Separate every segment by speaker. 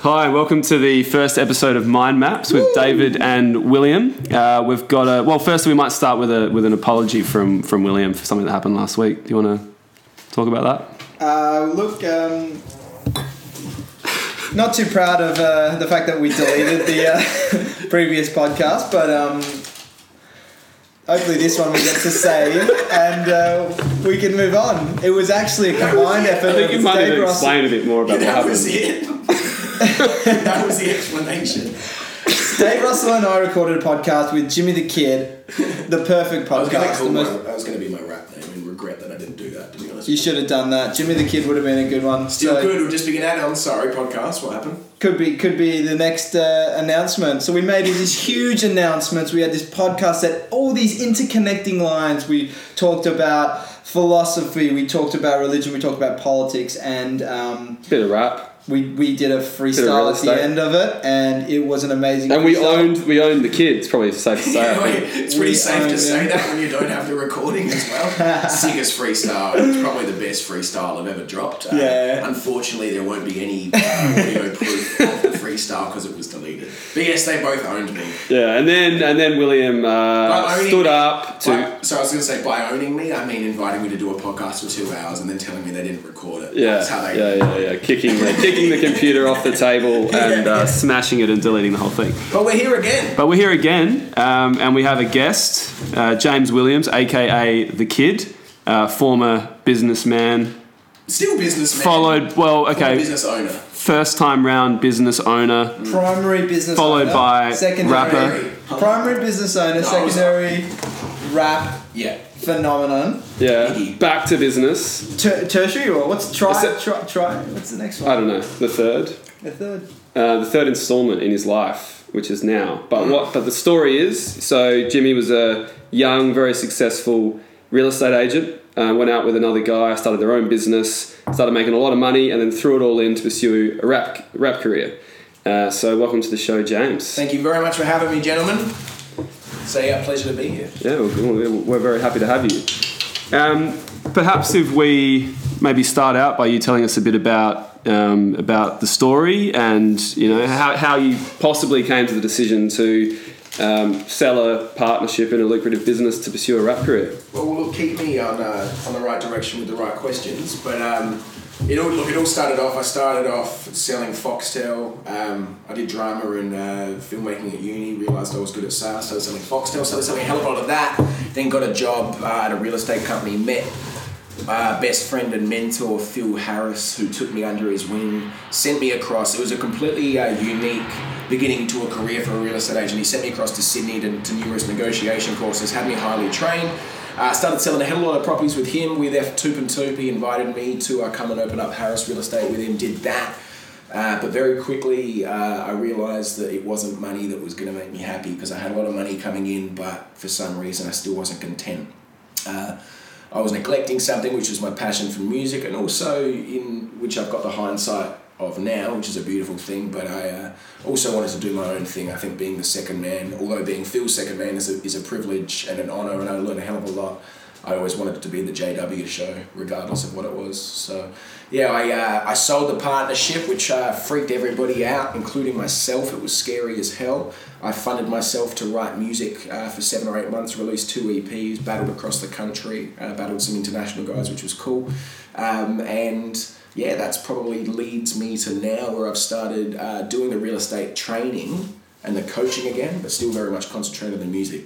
Speaker 1: Hi, welcome to the first episode of Mind Maps with David and William. Uh, we've got a well. First, we might start with a with an apology from from William for something that happened last week. Do you want to talk about that?
Speaker 2: Uh, look, um, not too proud of uh, the fact that we deleted the uh, previous podcast, but um, hopefully this one we get to save and uh, we can move on. It was actually a combined effort.
Speaker 1: I think
Speaker 2: of
Speaker 1: you might
Speaker 2: Dave
Speaker 1: need to
Speaker 2: Ross-
Speaker 1: explain a bit more about what
Speaker 3: That was
Speaker 1: happened.
Speaker 3: it. that was the explanation.
Speaker 2: Dave Russell and I recorded a podcast with Jimmy the Kid, the perfect
Speaker 3: I was going
Speaker 2: podcast. the
Speaker 3: to call my,
Speaker 2: most,
Speaker 3: that was going to be my rap name and regret that I didn't do that. To be honest,
Speaker 2: you should have done that. Jimmy the Kid would have been a good one.
Speaker 3: still
Speaker 2: So-
Speaker 3: good. It'll just be an add-on. Sorry, podcast. What happened?
Speaker 2: could be could be the next uh, announcement. So we made these huge announcements. We had this podcast that all these interconnecting lines. We talked about philosophy. We talked about religion. We talked about politics, and um,
Speaker 1: Bit of rap,
Speaker 2: we we did a
Speaker 1: real
Speaker 2: freestyle at
Speaker 1: estate.
Speaker 2: the end of it, and it was an amazing.
Speaker 1: and we
Speaker 2: freestyle.
Speaker 1: owned we owned the kids. Probably safe to say. I
Speaker 3: Anyway,
Speaker 1: think.
Speaker 3: it's
Speaker 2: We
Speaker 3: pretty safe
Speaker 2: own
Speaker 3: to say
Speaker 2: it.
Speaker 3: that when you don't have the recording as well. Sickest freestyle. It's probably the best freestyle I've ever dropped. Uh,
Speaker 2: Yeah.
Speaker 3: Unfortunately, there won't be any uh, video proof of the freestyle because it was deleted. But yes, they both owned me.
Speaker 1: Yeah, and then and then William uh,
Speaker 3: By owning
Speaker 1: stood
Speaker 3: me-
Speaker 1: up to.
Speaker 3: by- so I was going to say by owning me, I mean inviting me to do a podcast for two hours and then telling me they didn't record it.
Speaker 1: Yeah,
Speaker 3: That's how they.
Speaker 1: yeah, yeah, yeah. Kicking the, kicking the computer off the table and uh, smashing it and deleting the whole thing.
Speaker 3: But we're here again.
Speaker 1: But we're here again, um, and we have a guest, uh, James Williams, aka the Kid, uh, former businessman,
Speaker 3: Still businessman.
Speaker 1: followed well, okay,
Speaker 3: Business owner.
Speaker 1: first time round business owner,
Speaker 2: primary business
Speaker 1: Followed
Speaker 2: owner,
Speaker 1: by
Speaker 2: secondary
Speaker 1: rapper.
Speaker 2: primary business owner,
Speaker 3: No, I was-
Speaker 2: secondary rap
Speaker 3: Yeah.
Speaker 2: phenomenon,
Speaker 1: yeah,
Speaker 3: Iggy.
Speaker 1: back to business.
Speaker 2: Ter- tertiary or what's try
Speaker 1: Is it-
Speaker 2: try try? What's the next
Speaker 1: I
Speaker 2: one?
Speaker 1: don't know the third,
Speaker 2: The third.
Speaker 1: uh, the third installment in his life, which is now. But what? But the story is so Jimmy was a young, very successful real estate agent. Uh, went out with another guy, started their own business, started making a lot of money, and then threw it all in to pursue a rap rap career. Uh, so welcome to the show, James.
Speaker 3: Thank you very much for having me, gentlemen. It's a uh, pleasure to be here.
Speaker 1: Yeah, we're, we're- we're very happy to have you. Um, perhaps if we maybe start out by you telling us a bit about um, about the story and you know how, how you possibly came to the decision to um, sell a partnership in a lucrative business to pursue a rap career.
Speaker 3: Well, look, keep me on uh, on the right direction with the right questions. But um, it all look, it all started off. I started off selling Foxtel. Um, I did drama and uh, filmmaking at uni. Realised I was good at sales. Started selling Foxtel. Started selling a hell of a lot of that. Then got a job uh, at a real estate company. Met uh, best friend and mentor Phil Harris, who took me under his wing, sent me across. It was a completely uh, unique beginning to a career for a real estate agent. He sent me across to Sydney to, to numerous negotiation courses, had me highly trained. Uh, started selling a hell of a lot of properties with him. We left Toop and Toop. He invited me to uh, come and open up Harris Real Estate with him. Did that. Uh, but very quickly, uh, I realised that it wasn't money that was going to make me happy because I had a lot of money coming in, but for some reason, I still wasn't content. Uh, I was neglecting something, which was my passion for music, and also in which I've got the hindsight of now, which is a beautiful thing. But I uh, also wanted to do my own thing. I think being the second man, although being Phil's second man, is a, is a privilege and an honour, and I learned a hell of a lot. I always wanted it to be the JW show, regardless of what it was. So, yeah, I, uh, I sold the partnership, which uh, freaked everybody out, including myself. It was scary as hell. I funded myself to write music uh, for seven or eight months, released two EPs, battled across the country, uh, battled some international guys, which was cool. Um, and yeah, that's probably leads me to now where I've started uh, doing the real estate training and the coaching again, but still very much concentrated on the music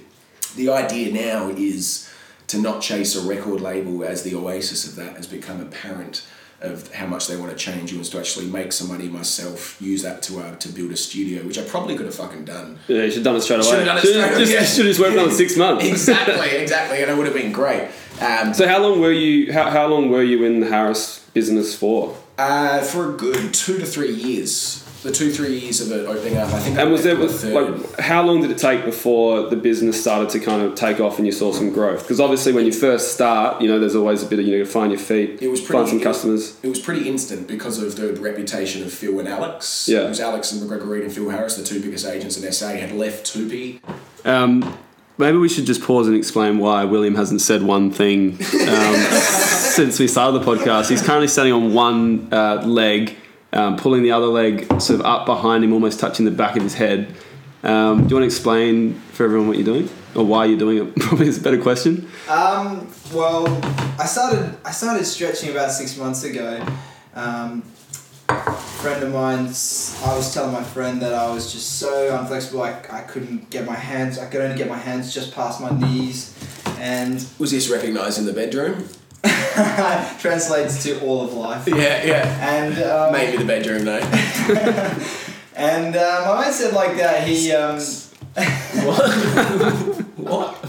Speaker 3: the idea now is to not chase a record label as the oasis of that has become apparent of how much they want to change you is to actually make some money myself use that to uh, to build a studio which I probably could have fucking done
Speaker 1: Yeah, you should have done it straight away.
Speaker 3: Should've done it
Speaker 1: Should've
Speaker 3: straight
Speaker 1: just,
Speaker 3: away.
Speaker 1: just- should've just worked on it six months.
Speaker 3: exactly exactly and it would have been great um,
Speaker 1: So how long were you? How, how long were you in the Harris business for?
Speaker 3: uh, for a good two to three years the two three years of it opening up I think
Speaker 1: And was there
Speaker 3: the
Speaker 1: was
Speaker 3: third-
Speaker 1: like how long did it take before the business started to kind of take off and you saw some growth? Because obviously when you first start, you know, there's always a bit of you know find your feet,
Speaker 3: It was
Speaker 1: find
Speaker 3: pretty-
Speaker 1: some customers.
Speaker 3: it was pretty instant because of the reputation of Phil and Alex
Speaker 1: Yeah.
Speaker 3: it was Alex and McGregor Reed and Phil Harris the two biggest agents in SA had left Tupi
Speaker 1: Um, maybe we should just pause and explain why William hasn't said one thing um, since we started the podcast. He's currently standing on one uh, leg. um, pulling the other leg sort of up behind him, almost touching the back of his head. Um, do you want to explain for everyone what you're doing or why you're doing it? Probably is a better question.
Speaker 2: Um, well, I started I started stretching about six months ago. Um, friend of mine, s- I was telling my friend that I was just so unflexible. I, I couldn't get my hands. I could only get my hands just past my knees, and
Speaker 3: Was this recognised in the bedroom?
Speaker 2: translates to all of life.
Speaker 3: Yeah, yeah.
Speaker 2: And um,
Speaker 3: Maybe the bedroom though.
Speaker 2: and uh, my mate said like that. He um,
Speaker 3: what?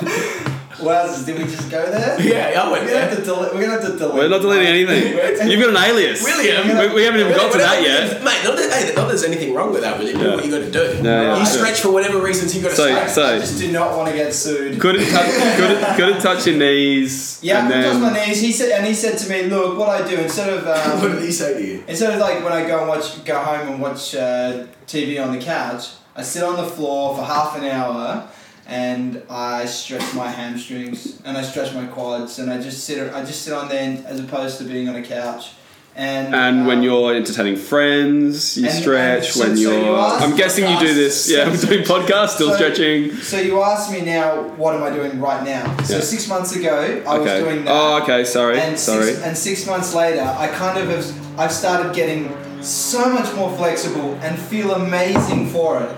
Speaker 2: wowzers, did we just go there?
Speaker 3: Yeah, I went
Speaker 2: We're gonna have to
Speaker 3: there.
Speaker 2: delete. We're gonna have to delete.
Speaker 1: We're not deleting anything. You've got an alias.
Speaker 3: William.
Speaker 1: We, we haven't even got to that yet.
Speaker 3: Mate, not that, hey, not there's anything wrong with that, really. Do what you got to do.
Speaker 1: No, yeah.
Speaker 3: you stretch for whatever reasons you got to
Speaker 1: So-
Speaker 3: stretch.
Speaker 1: so-
Speaker 2: I just do not want to get sued.
Speaker 1: Couldn't touch, couldn't, couldn't touch your knees.
Speaker 2: Yeah,
Speaker 1: and
Speaker 2: I touched
Speaker 1: then,
Speaker 2: my knees. He said, and he said to me, "Look, what I do instead of
Speaker 3: what did
Speaker 2: um,
Speaker 3: he say to you?
Speaker 2: instead of like when I go and watch, go home and watch uh, TV on the couch, I sit on the floor for half an hour, and I stretch my hamstrings and I stretch my quads, and I just sit, I just sit on there as opposed to being on a couch. And
Speaker 1: And
Speaker 2: um,
Speaker 1: when you're entertaining friends, you
Speaker 2: And- and
Speaker 1: stretch.
Speaker 2: so-
Speaker 1: when
Speaker 2: so
Speaker 1: you're,
Speaker 2: you are-
Speaker 1: I'm guessing you do this. Yeah, I'm doing podcasts, still
Speaker 2: So-
Speaker 1: stretching.
Speaker 2: so you asked me now, what am I doing right now? So
Speaker 1: Yeah.
Speaker 2: six months ago, I
Speaker 1: okay.
Speaker 2: was doing that.
Speaker 1: Oh, okay. Sorry.
Speaker 2: and
Speaker 1: sorry.
Speaker 2: Six, and six months later, I kind of have, I've started getting so much more flexible and feel amazing for it.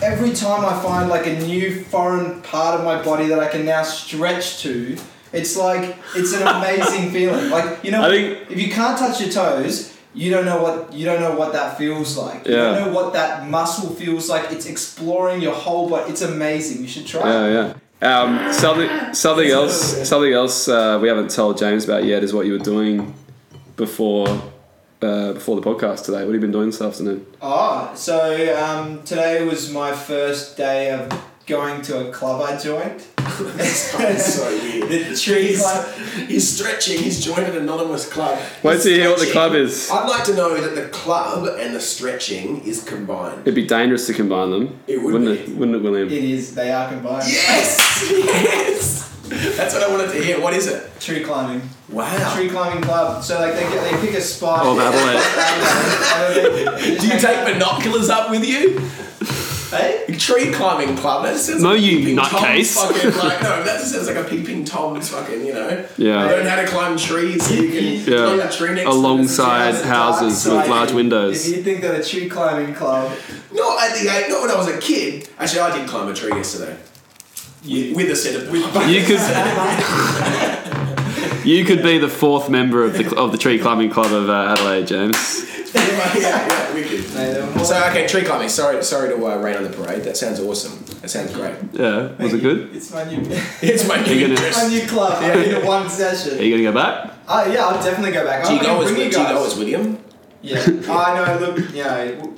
Speaker 2: Every time I find like a new foreign part of my body that I can now stretch to, it's like it's an amazing feeling. Like you know,
Speaker 1: I think-
Speaker 2: if you can't touch your toes. You don't know what you don't know what that feels like. You
Speaker 1: Yeah.
Speaker 2: don't know what that muscle feels like. It's exploring your whole body. It's amazing. You should try. it.
Speaker 1: yeah, yeah. Um, something, something else, something else uh, we haven't told James about yet is what you were doing before uh, before the podcast today. What have you been doing this afternoon?
Speaker 2: Oh, so um, today was my first day of going to a club I joined.
Speaker 3: That's so weird.
Speaker 2: The tree
Speaker 3: He's-
Speaker 2: club.
Speaker 3: He's stretching. He's joined an anonymous club.
Speaker 1: Wait
Speaker 3: He's
Speaker 1: till you hear what the
Speaker 3: stretching.
Speaker 1: club is.
Speaker 3: I'd like to know that the club and the stretching is combined.
Speaker 1: It'd be dangerous to combine them.
Speaker 3: It would
Speaker 1: wouldn't
Speaker 3: be.
Speaker 1: it? Wouldn't it, William?
Speaker 2: It is, they are combined.
Speaker 3: Yes, yes. That's what I wanted to hear. What is it?
Speaker 2: Tree climbing.
Speaker 3: Wow.
Speaker 2: Tree climbing club. So like they get, they pick a spot.
Speaker 1: Oh, Adelaide.
Speaker 2: Do
Speaker 3: Do you take binoculars up with you?
Speaker 2: Hey?
Speaker 3: Tree climbing club. That sounds
Speaker 1: No,
Speaker 3: like a
Speaker 1: you
Speaker 3: peeping Tom
Speaker 1: nutcase.
Speaker 3: Fucking, like, no, that sounds like a peeping tom. Fucking, you know.
Speaker 1: Yeah.
Speaker 3: Learn how to climb trees. So you can
Speaker 1: Yeah.
Speaker 3: climb a tree next to
Speaker 1: Alongside
Speaker 3: them.
Speaker 1: houses
Speaker 2: Dark
Speaker 1: with
Speaker 2: side.
Speaker 1: large windows.
Speaker 2: If you think that a tree climbing club,
Speaker 3: No, I think I, not when I was a kid. Actually, I did climb a tree yesterday. With a set of with,
Speaker 1: You could. You could be the fourth member of the of the tree climbing club of uh, Adelaide, James.
Speaker 3: yeah, yeah, wicked.
Speaker 2: they they're more-
Speaker 3: So okay, tree climbing. Sorry, sorry to uh, rain on the parade. That sounds awesome. That sounds great.
Speaker 1: Yeah, was it good?
Speaker 2: It's my new, it's
Speaker 3: It's my new
Speaker 1: gonna-
Speaker 3: interest.
Speaker 2: my new club. I did it one session.
Speaker 1: Are you gonna go back?
Speaker 2: Oh yeah, I'll definitely go back.
Speaker 3: Do you
Speaker 2: I'm
Speaker 3: go
Speaker 2: gonna
Speaker 3: as
Speaker 2: bring
Speaker 3: do
Speaker 2: you
Speaker 3: you go
Speaker 2: guys.
Speaker 3: as William?
Speaker 2: Yeah. Oh, I know. Look, you know, w-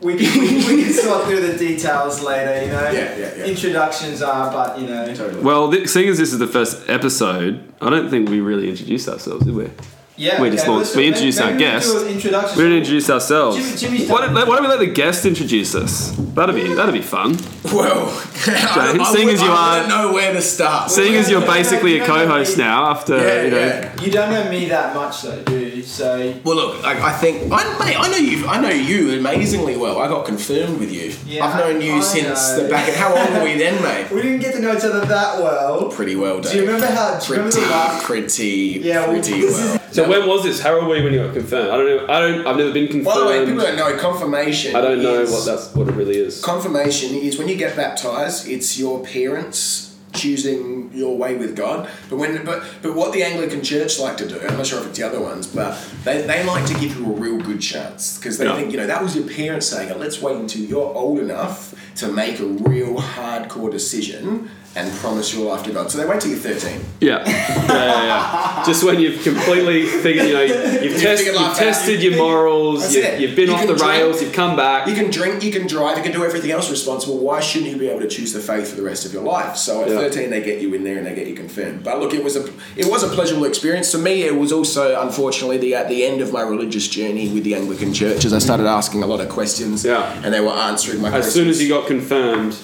Speaker 2: we can, we, we can sort through the details later. You know.
Speaker 3: Yeah, yeah, yeah.
Speaker 2: Introductions are, but you know.
Speaker 3: Totally.
Speaker 1: Well, th- seeing as this is the first episode, I don't think we really introduced ourselves, did we?
Speaker 2: Yeah.
Speaker 1: We just
Speaker 2: okay,
Speaker 1: launched-
Speaker 2: let's-
Speaker 1: we
Speaker 2: may-
Speaker 1: introduced
Speaker 2: maybe
Speaker 1: our
Speaker 2: we do
Speaker 1: guest.
Speaker 2: an introduction.
Speaker 1: We didn't introduce ourselves.
Speaker 2: Jimmy- Jimmy's
Speaker 1: why, don't, why don't we let the guest introduce us? That'd be that'd be fun.
Speaker 3: Well, I, I,
Speaker 1: seeing
Speaker 3: would-
Speaker 1: as you
Speaker 3: I
Speaker 1: are-
Speaker 3: wouldn't know where to start.
Speaker 1: Seeing as you're
Speaker 2: Yeah, yeah,
Speaker 1: basically a
Speaker 2: yeah, yeah.
Speaker 1: co-host now, after
Speaker 3: yeah,
Speaker 1: you know,
Speaker 3: yeah.
Speaker 2: You don't know me that much though, do you? So
Speaker 3: Well, look, I, I think I, mate, I know you. I know you amazingly well. I got confirmed with you.
Speaker 2: Yeah,
Speaker 3: I've known you
Speaker 2: I
Speaker 3: since
Speaker 2: know.
Speaker 3: the back. Of, how old were we then, mate?
Speaker 2: we didn't get to know each other that well.
Speaker 3: Pretty well, Dave.
Speaker 2: Do you remember how? Do you remember the
Speaker 3: Pretty,
Speaker 2: last?
Speaker 3: pretty,
Speaker 2: Yeah, well,
Speaker 3: pretty
Speaker 2: this is-
Speaker 3: well.
Speaker 1: So when was this? How old were you when you got confirmed? I don't know. I don't. I've never been confirmed.
Speaker 3: By the way, people don't know confirmation.
Speaker 1: I don't know
Speaker 3: is-
Speaker 1: what that's what it really is.
Speaker 3: Confirmation is when you get baptized, it's your parents choosing your way with God. But when but but what the Anglican Church like to do, I'm not sure if it's the other ones, but they, they like to give you a real good chance because they
Speaker 1: Yeah.
Speaker 3: think, you know, that was your parents saying it. Let's wait until you're old enough to make a real hardcore decision and promise your life to God. So they wait till you're 13.
Speaker 1: Yeah. yeah, yeah, yeah. Just when you've completely figured, you know, you've, test,
Speaker 3: figured
Speaker 1: you've
Speaker 3: life out.
Speaker 1: tested your morals,
Speaker 3: That's
Speaker 1: you've,
Speaker 3: it.
Speaker 1: you've been
Speaker 3: You
Speaker 1: off
Speaker 3: can
Speaker 1: the
Speaker 3: drink.
Speaker 1: rails, you've come back.
Speaker 3: Uh, You can drink, you can drive, you can do everything else responsible. Why shouldn't you be able to choose the faith for the rest of your life? So at
Speaker 1: Yeah.
Speaker 3: 13, they get you in there and they get you confirmed. But look, it was a it was a pleasurable experience. To me, it was also unfortunately the at the end of my religious journey with the Anglican Church, as I started asking a lot of questions,
Speaker 1: Yeah.
Speaker 3: and they were answering my
Speaker 1: as
Speaker 3: questions.
Speaker 1: soon as you got confirmed,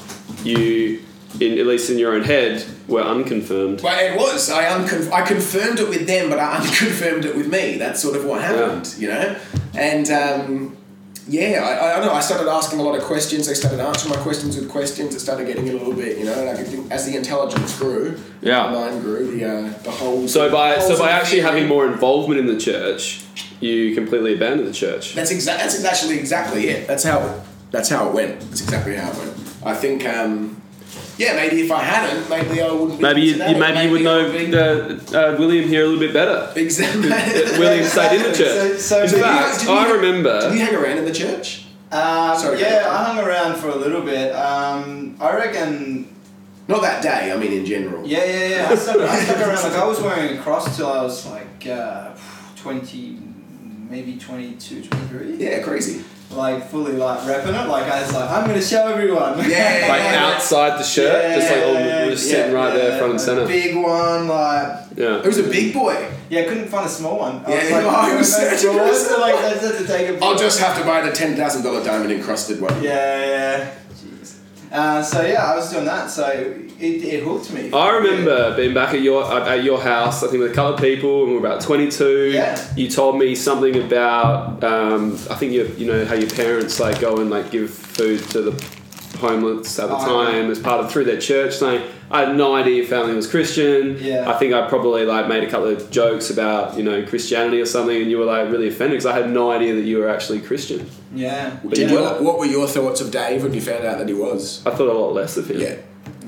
Speaker 1: you, in, at least in your own head, were unconfirmed.
Speaker 3: But it was. I unconf- I confirmed it with them, but I unconfirmed it with me. That's sort of what happened, you know. And um, yeah, I, I don't know. I started asking a lot of questions. They started answering my questions with questions. It started getting a little bit, you know. And I could think, as the intelligence grew,
Speaker 1: Yeah.
Speaker 3: my mind grew. The uh, the whole
Speaker 1: So by
Speaker 3: holes
Speaker 1: so by
Speaker 3: in the
Speaker 1: actually
Speaker 3: theory-
Speaker 1: having more involvement in the church, you completely abandoned the church.
Speaker 3: That's exactly. That's actually exactly it. That's how. It, that's how it went. That's exactly how it went. I think. Um, yeah, maybe if I hadn't, maybe I wouldn't. Be
Speaker 1: Maybe you,
Speaker 3: today.
Speaker 1: you maybe you would
Speaker 3: I
Speaker 1: know
Speaker 3: be-
Speaker 1: the, uh, William here a little bit better.
Speaker 3: Exactly.
Speaker 1: William stayed in the church.
Speaker 2: So- so
Speaker 1: in
Speaker 2: did you-
Speaker 1: fact,
Speaker 3: did you-
Speaker 1: I
Speaker 3: Did
Speaker 1: remember.
Speaker 3: you hang around in the church?
Speaker 2: Um,
Speaker 3: Sorry,
Speaker 2: yeah,
Speaker 3: go ahead.
Speaker 2: I hung around for a little bit. Um, I reckon.
Speaker 3: Not that day. I mean, in general.
Speaker 2: Yeah, yeah, yeah. I stuck, I stuck around. Like I was wearing a cross till I was like uh, twenty, maybe 22, 23.
Speaker 3: Yeah, crazy.
Speaker 2: Like fully like repping it. Like I was like, I'm gonna show everyone.
Speaker 3: Yeah.
Speaker 1: Like outside the shirt, just like all, we're just sitting right there, front and center.
Speaker 2: Big one, like
Speaker 1: Yeah.
Speaker 3: It was a big boy.
Speaker 2: yeah, couldn't find a small one. I
Speaker 3: Yeah,
Speaker 2: was like,
Speaker 3: no, I was
Speaker 2: "Oh,
Speaker 3: searching for
Speaker 2: God,"
Speaker 3: a
Speaker 2: so,
Speaker 3: small
Speaker 2: like
Speaker 3: one.
Speaker 2: I just had to take a
Speaker 3: I'll just have to buy the ten thousand dollar diamond encrusted one.
Speaker 2: Yeah, yeah. Jeez. Uh, so yeah, I was doing that. So it, it hooked me.
Speaker 1: I remember being back at your at your house. I think with a couple of people, and we were about twenty two.
Speaker 2: Yeah.
Speaker 1: You told me something about um, I think you you know how your parents like go and like give food to the homeless at the
Speaker 2: Oh,
Speaker 1: time as part of through their church saying I had no idea your family was Christian.
Speaker 2: Yeah.
Speaker 1: I think I probably like made a couple of jokes about you know Christianity or something, and you were like really offended because I had no idea that you were actually Christian.
Speaker 2: Yeah.
Speaker 3: Did
Speaker 2: yeah.
Speaker 3: you- what were your thoughts of Dave when you found out that he was?
Speaker 1: I thought a lot less of him.
Speaker 3: Yeah,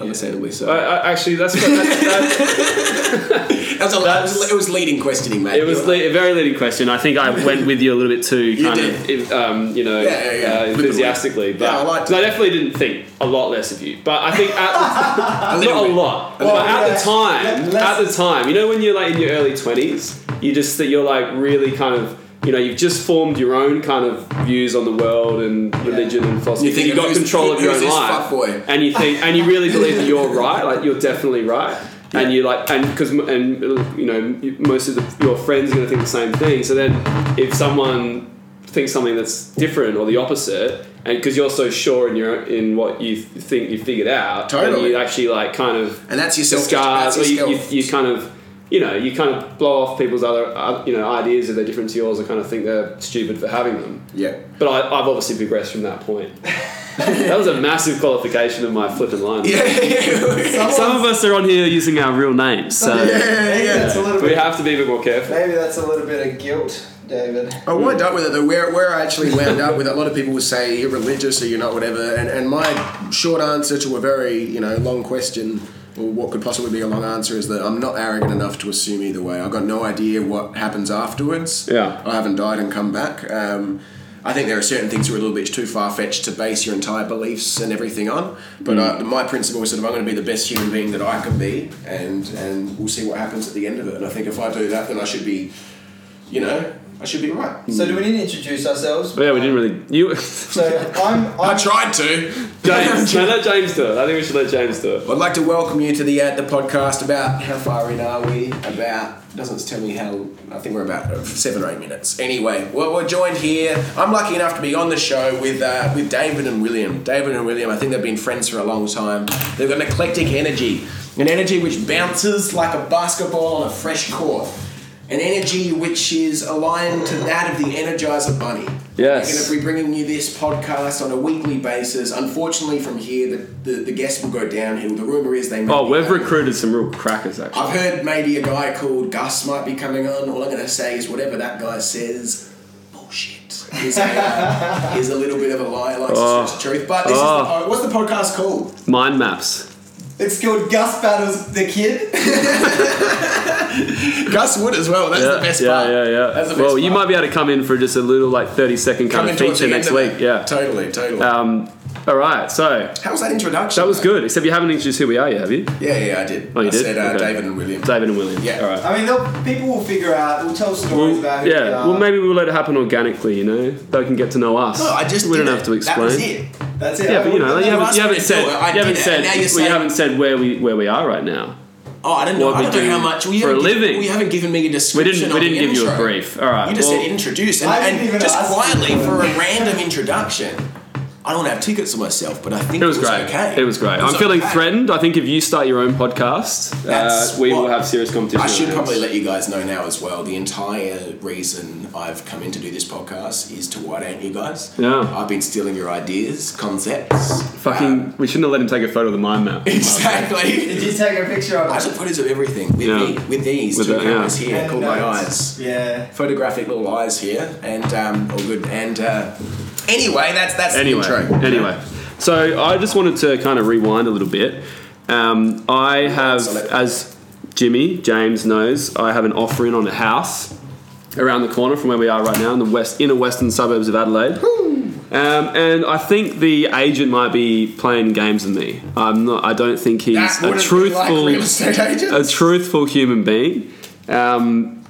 Speaker 3: understandably so.
Speaker 1: I, I, Uh, actually, that's, that's, that's
Speaker 3: That's a, that was, it was leading questioning, mate.
Speaker 1: It was le- a very leading question. I think I went with you a little bit too
Speaker 3: You
Speaker 1: kind
Speaker 3: did.
Speaker 1: of, if- um, you know,
Speaker 3: Yeah, yeah, yeah.
Speaker 1: Uh,
Speaker 3: Flippantly.
Speaker 1: enthusiastically. But
Speaker 3: Yeah, I liked
Speaker 1: 'cause I definitely didn't think a lot less of you. But I think at,
Speaker 3: a
Speaker 1: not
Speaker 3: little
Speaker 1: a
Speaker 3: bit.
Speaker 1: lot.
Speaker 2: little
Speaker 1: but
Speaker 2: bit.
Speaker 1: at
Speaker 2: Less-
Speaker 1: the time,
Speaker 2: le- less-
Speaker 1: at the time, you know, when you're like in your early twenties, you just that you're like really kind of. You know, you've just formed your own kind of views on the world and religion and philosophy.
Speaker 3: You think,
Speaker 1: you've got
Speaker 3: "Who's-
Speaker 1: control of your
Speaker 3: who's
Speaker 1: own
Speaker 3: this
Speaker 1: life,
Speaker 3: fuckboy?
Speaker 1: and you think, and you really believe that you're right. Like you're definitely right, and you like, and because and you know, you- most of the, your friends are going to think the same thing. So then, if someone thinks something that's different or the opposite, and because you're so sure in your in what you think you figured out, then
Speaker 3: Totally.
Speaker 1: you actually like kind of
Speaker 3: And that's your self-
Speaker 1: discard,
Speaker 3: that's your
Speaker 1: or you,
Speaker 3: self-
Speaker 1: you, you kind of you know you kind of blow off people's other uh, you know ideas if they're different to yours or kind of think they're stupid for having them.
Speaker 3: Yeah.
Speaker 1: But I, I've obviously progressed from that point. that was a massive qualification of my flipping line.
Speaker 3: Yeah.
Speaker 1: Some of us are on here using our real names, so
Speaker 2: Maybe that's a little
Speaker 1: we
Speaker 2: bit.
Speaker 1: have to be a bit more careful.
Speaker 2: maybe that's a little bit of guilt, David.
Speaker 3: I wound up with it though. Where, where I actually wound up with it, a lot of people would say you're religious or you're not, whatever. And, and my short answer to a very you know long question, or what could possibly be a long answer, is that I'm not arrogant enough to assume either way. I've got no idea what happens afterwards.
Speaker 1: Yeah.
Speaker 3: I haven't died and come back. Um, I think there are certain things that are a little bit too far fetched to base your entire beliefs and everything on. But uh, my principle is sort of I'm going to be the best human being that I can be, and and we'll see what happens at the end of it. And I think if I do that, then I should be, you know, I should be right.
Speaker 2: So do we need to introduce ourselves?
Speaker 1: But yeah, we didn't really. You,
Speaker 2: So I'm.
Speaker 3: I
Speaker 2: I'm
Speaker 3: tried to.
Speaker 1: James, no, let James do it. I think we should let James do it.
Speaker 3: I'd like to welcome you to the uh, the podcast about how far in are we? About doesn't tell me how. I think we're about uh, seven or eight minutes. Anyway, well, we're joined here. I'm lucky enough to be on the show with uh, with David and William. David and William, I think they've been friends for a long time. They've got an eclectic energy, an energy which bounces like a basketball on a fresh court. An energy which is aligned to that of the Energizer Bunny.
Speaker 1: Yes.
Speaker 3: We're gonna be be bringing you this podcast on a weekly basis. Unfortunately, from here, the, the, the guests will go downhill. The rumor is they. May
Speaker 1: Oh,
Speaker 3: be-
Speaker 1: we've recruited some real crackers, actually.
Speaker 3: I've heard maybe a guy called Gus might be coming on. All I'm going to say is whatever that guy says, bullshit. He's a, uh, he's a little bit of a liar, likes
Speaker 1: Oh.
Speaker 3: to stretch the truth. But
Speaker 1: Oh.
Speaker 3: this is the, po- what's the podcast called?
Speaker 1: Mind maps.
Speaker 2: it's called Gus battles the kid.
Speaker 3: Gus Wood as well. That's
Speaker 1: yeah,
Speaker 3: the best
Speaker 1: yeah,
Speaker 3: part.
Speaker 1: yeah, yeah.
Speaker 3: That's the best
Speaker 1: well, you might
Speaker 3: part.
Speaker 1: be able to come in for just a little like thirty second kind
Speaker 3: Coming
Speaker 1: of
Speaker 3: towards
Speaker 1: feature
Speaker 3: the
Speaker 1: next
Speaker 3: end of
Speaker 1: week.
Speaker 3: it.
Speaker 1: Yeah.
Speaker 3: Totally, totally.
Speaker 1: Um, all right. So
Speaker 3: How was that introduction?
Speaker 1: that was
Speaker 3: though?
Speaker 1: good. Except you haven't introduced who we are yet, have you?
Speaker 3: Yeah, yeah, I did.
Speaker 1: Oh, you
Speaker 3: I
Speaker 1: did?
Speaker 3: said uh,
Speaker 1: Okay.
Speaker 3: David and William.
Speaker 1: David and William.
Speaker 3: Yeah.
Speaker 1: All right.
Speaker 2: I mean, they'll- people will figure out. We'll tell stories
Speaker 1: Well,
Speaker 2: about who
Speaker 1: yeah,
Speaker 2: they are.
Speaker 1: well, maybe we'll let it happen organically. You know, they can get to know us.
Speaker 3: No, Oh, I just
Speaker 1: we don't
Speaker 3: did
Speaker 1: have
Speaker 3: it.
Speaker 1: to explain.
Speaker 3: That was it.
Speaker 2: That's it.
Speaker 1: Yeah, but you know, like, you
Speaker 3: Well,
Speaker 1: haven't, you haven't
Speaker 3: last
Speaker 1: said
Speaker 3: minute, I
Speaker 1: you haven't
Speaker 3: did it,
Speaker 1: said
Speaker 3: and now you're
Speaker 1: well, you
Speaker 3: saying-
Speaker 1: haven't said where we where we are right now.
Speaker 3: Oh, I don't know.
Speaker 1: What
Speaker 3: I
Speaker 1: we
Speaker 3: don't know
Speaker 1: do
Speaker 3: how much. We
Speaker 1: for a
Speaker 3: haven't given-
Speaker 1: living.
Speaker 3: we haven't given me a
Speaker 1: We
Speaker 3: description.
Speaker 1: didn't we
Speaker 3: of the
Speaker 1: didn't give you a
Speaker 3: intro.
Speaker 1: brief. All right,
Speaker 3: You just
Speaker 1: well,
Speaker 3: said introduce, and,
Speaker 2: I didn't
Speaker 3: and
Speaker 2: even
Speaker 3: just
Speaker 2: ask you
Speaker 3: quietly
Speaker 2: for
Speaker 3: for
Speaker 2: it.
Speaker 3: a random introduction. I don't have tickets to myself, but I think
Speaker 1: It was great.
Speaker 3: okay.
Speaker 1: It was great.
Speaker 3: It
Speaker 1: I'm feeling
Speaker 3: okay.
Speaker 1: threatened. I think if you start your own podcast, uh,
Speaker 3: That's
Speaker 1: we will
Speaker 3: what-
Speaker 1: have serious competition.
Speaker 3: I
Speaker 1: on
Speaker 3: should
Speaker 1: our
Speaker 3: probably
Speaker 1: hands.
Speaker 3: let you guys know now as well. The entire reason I've come in to do this podcast is to white out you guys.
Speaker 1: Yeah.
Speaker 3: I've been stealing your ideas, concepts.
Speaker 1: Fucking,
Speaker 3: um,
Speaker 1: we shouldn't have let him take a photo of the mind map.
Speaker 2: Did
Speaker 3: exactly.
Speaker 2: you take a picture
Speaker 3: I
Speaker 2: of it?
Speaker 3: took photos of everything with,
Speaker 1: Yeah.
Speaker 3: the- with these
Speaker 1: With
Speaker 3: two
Speaker 1: that, yeah.
Speaker 3: cameras here
Speaker 2: And
Speaker 3: called my
Speaker 2: notes.
Speaker 3: eyes.
Speaker 2: Yeah.
Speaker 3: Photographic little eyes here, and um, all good. And uh, anyway, that's that's
Speaker 1: anyway,
Speaker 3: the intro.
Speaker 1: anyway. So I just wanted to kind of rewind a little bit. Um, I have,
Speaker 3: Select.
Speaker 1: as Jimmy James knows, I have an offer in on a house around the corner from where we are right now in the west inner western suburbs of Adelaide. Um, and I think the agent might be playing games with me. I'm not. I don't think he's
Speaker 3: That
Speaker 1: a
Speaker 3: wouldn't be like
Speaker 1: truthful
Speaker 3: real estate agents.
Speaker 1: a truthful human being. Um,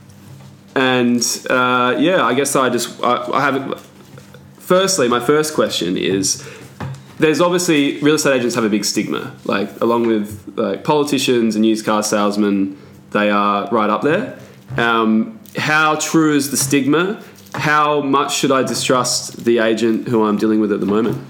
Speaker 1: and uh, yeah, I guess I just I, I have. Firstly, my first question is: There's obviously real estate agents have a big stigma, like along with like politicians and used car salesmen, they are right up there. Um, how true is the stigma? How much should I distrust the agent who I'm dealing with at the moment?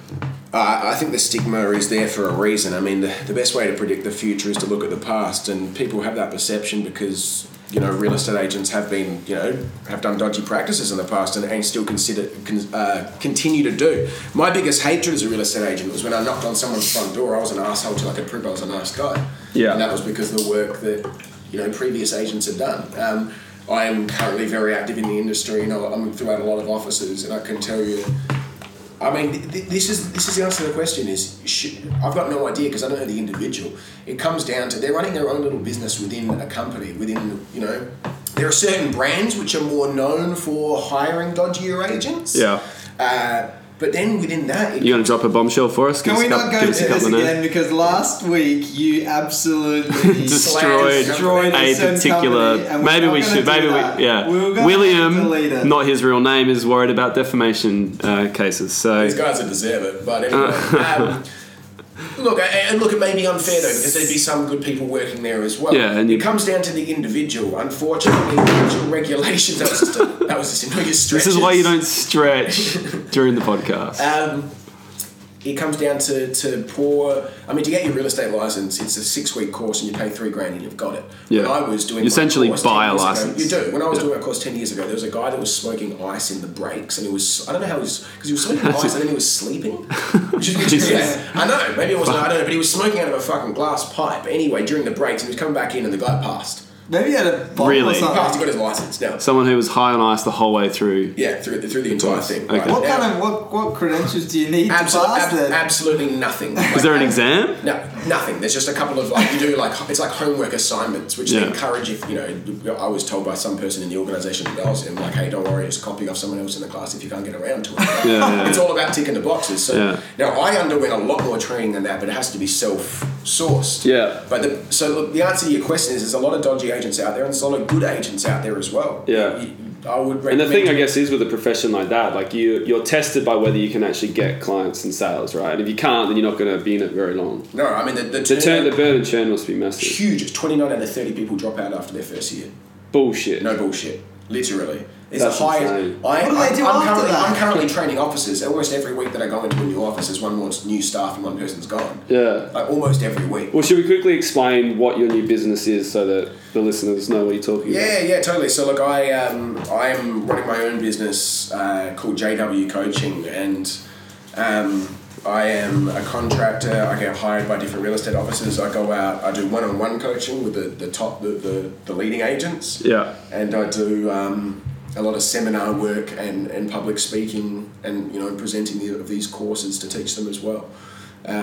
Speaker 3: Uh, I think the stigma is there for a reason. I mean, the, the best way to predict the future is to look at the past, and people have that perception because you know real estate agents have been you know have done dodgy practices in the past and, and still consider con, uh, continue to do. My biggest hatred as a real estate agent was when I knocked on someone's front door. I was an asshole till I could prove I was a nice guy.
Speaker 1: Yeah.
Speaker 3: and that was because of the work that you know previous agents had done. Um, I am currently very active in the industry. You know, I'm throughout a lot of offices, and I can tell you. I mean, th- th- this is this is the answer to the question. Is sh I've got no idea because I don't know the individual. It comes down to they're running their own little business within a company. Within you know, there are certain brands which are more known for hiring dodgier agents.
Speaker 1: Yeah,
Speaker 3: Uh, but then within that, it
Speaker 1: you gonna drop a bombshell for us? Give
Speaker 2: Can
Speaker 1: us
Speaker 2: we
Speaker 1: a couple-
Speaker 2: not go
Speaker 1: give
Speaker 2: to
Speaker 1: us a
Speaker 2: this
Speaker 1: couple of
Speaker 2: again? Because last week you absolutely
Speaker 1: destroyed,
Speaker 2: Destroyed
Speaker 1: a
Speaker 2: a certain
Speaker 1: particular.
Speaker 2: company, and we're
Speaker 1: maybe
Speaker 2: not
Speaker 1: we
Speaker 2: gonna
Speaker 1: should.
Speaker 2: do
Speaker 1: Maybe
Speaker 2: that.
Speaker 1: we. Yeah.
Speaker 2: We were gonna delete it.
Speaker 1: William, not his real name, is worried about defamation uh, cases. So
Speaker 3: These guys that deserve it, but anyway. um, look, and and look, it may be unfair though because there'd be some good people working there as well.
Speaker 1: Yeah, and
Speaker 3: it
Speaker 1: you-
Speaker 3: comes down to the individual. Unfortunately, individual regulations. That was just a, that was just a biggest stretch.
Speaker 1: this is why you don't stretch during the podcast.
Speaker 2: Uh,
Speaker 3: Um, it comes down to, to poor. I mean, to get your real estate license, it's a six week course and you pay three grand and you've got it.
Speaker 1: Yeah.
Speaker 3: When I was doing
Speaker 1: You
Speaker 3: my
Speaker 1: essentially
Speaker 3: course
Speaker 1: buy
Speaker 3: 10
Speaker 1: a
Speaker 3: years ago-
Speaker 1: license.
Speaker 3: you do. When I was
Speaker 1: Yeah.
Speaker 3: doing my course ten years ago, there was a guy that was smoking ice in the breaks, and he was I don't know how he was because he was smoking ice and then he was sleeping. Which is-
Speaker 1: Jesus.
Speaker 3: I know. Maybe it wasn't. I don't know. But he was smoking out of a fucking glass pipe. Anyway, during the breaks, he was coming back in and the guy passed.
Speaker 2: Maybe you had a bomb
Speaker 1: Really?
Speaker 2: or
Speaker 3: He passed.
Speaker 2: something.
Speaker 3: He got his license now.
Speaker 1: Someone who was high on ice the whole way through.
Speaker 3: Yeah, through the, through the entire thing.
Speaker 1: Okay.
Speaker 3: Right.
Speaker 2: What
Speaker 3: Now-
Speaker 2: kind of what, what credentials do you need
Speaker 3: Absol-
Speaker 2: to pass
Speaker 3: ab-
Speaker 2: then?
Speaker 3: absolutely nothing.
Speaker 1: Is there an exam?
Speaker 3: No, nothing. There's just a couple of like you do like it's like homework assignments, which
Speaker 1: Yeah.
Speaker 3: they encourage if you know. I was told by some person in the organisation that I was in, like, hey, don't worry, just copy off someone else in the class if you can't get around to it.
Speaker 1: yeah,
Speaker 3: it's all about ticking the boxes. So
Speaker 1: Yeah.
Speaker 3: now I underwent a lot more training than that, but it has to be self-sourced.
Speaker 1: Yeah.
Speaker 3: But the, so look, the answer to your question is, there's a lot of dodgy agents out there, and there's a lot of good agents out there as well.
Speaker 1: Yeah.
Speaker 3: You- I would.
Speaker 1: And the
Speaker 3: recommend-
Speaker 1: thing, I guess, is with a profession like that, like you, you're tested by whether you can actually get clients and sales, right? And if you can't, then you're not going to be in it very long.
Speaker 3: no, I mean the the,
Speaker 1: The turn,
Speaker 3: turnover-
Speaker 1: the burn and churn must be massive.
Speaker 3: huge. It's 29 out of 30 people drop out after their first year.
Speaker 1: Bullshit.
Speaker 3: No bullshit. Literally. It's
Speaker 1: That's
Speaker 3: the highest.
Speaker 1: insane.
Speaker 3: I,
Speaker 2: What do
Speaker 3: I,
Speaker 2: they do
Speaker 3: am
Speaker 2: after
Speaker 3: currently,
Speaker 2: that?
Speaker 3: I'm currently training officers. Almost every week that I go into a new office, there's one more new staff and one person's gone.
Speaker 1: Yeah.
Speaker 3: Like almost every week.
Speaker 1: Well, should we quickly explain what your new business is so that the listeners know what you're talking
Speaker 3: Yeah, yeah, totally. So look, I um, I am running my own business uh, called JW Coaching, and um, I am a contractor. I get hired by different real estate offices. I go out. I do one-on-one coaching with the, the top the, the, the leading agents.
Speaker 1: about?
Speaker 3: and I do um, a lot of seminar work and, and public speaking and you know presenting the, these courses to teach them as well. Um,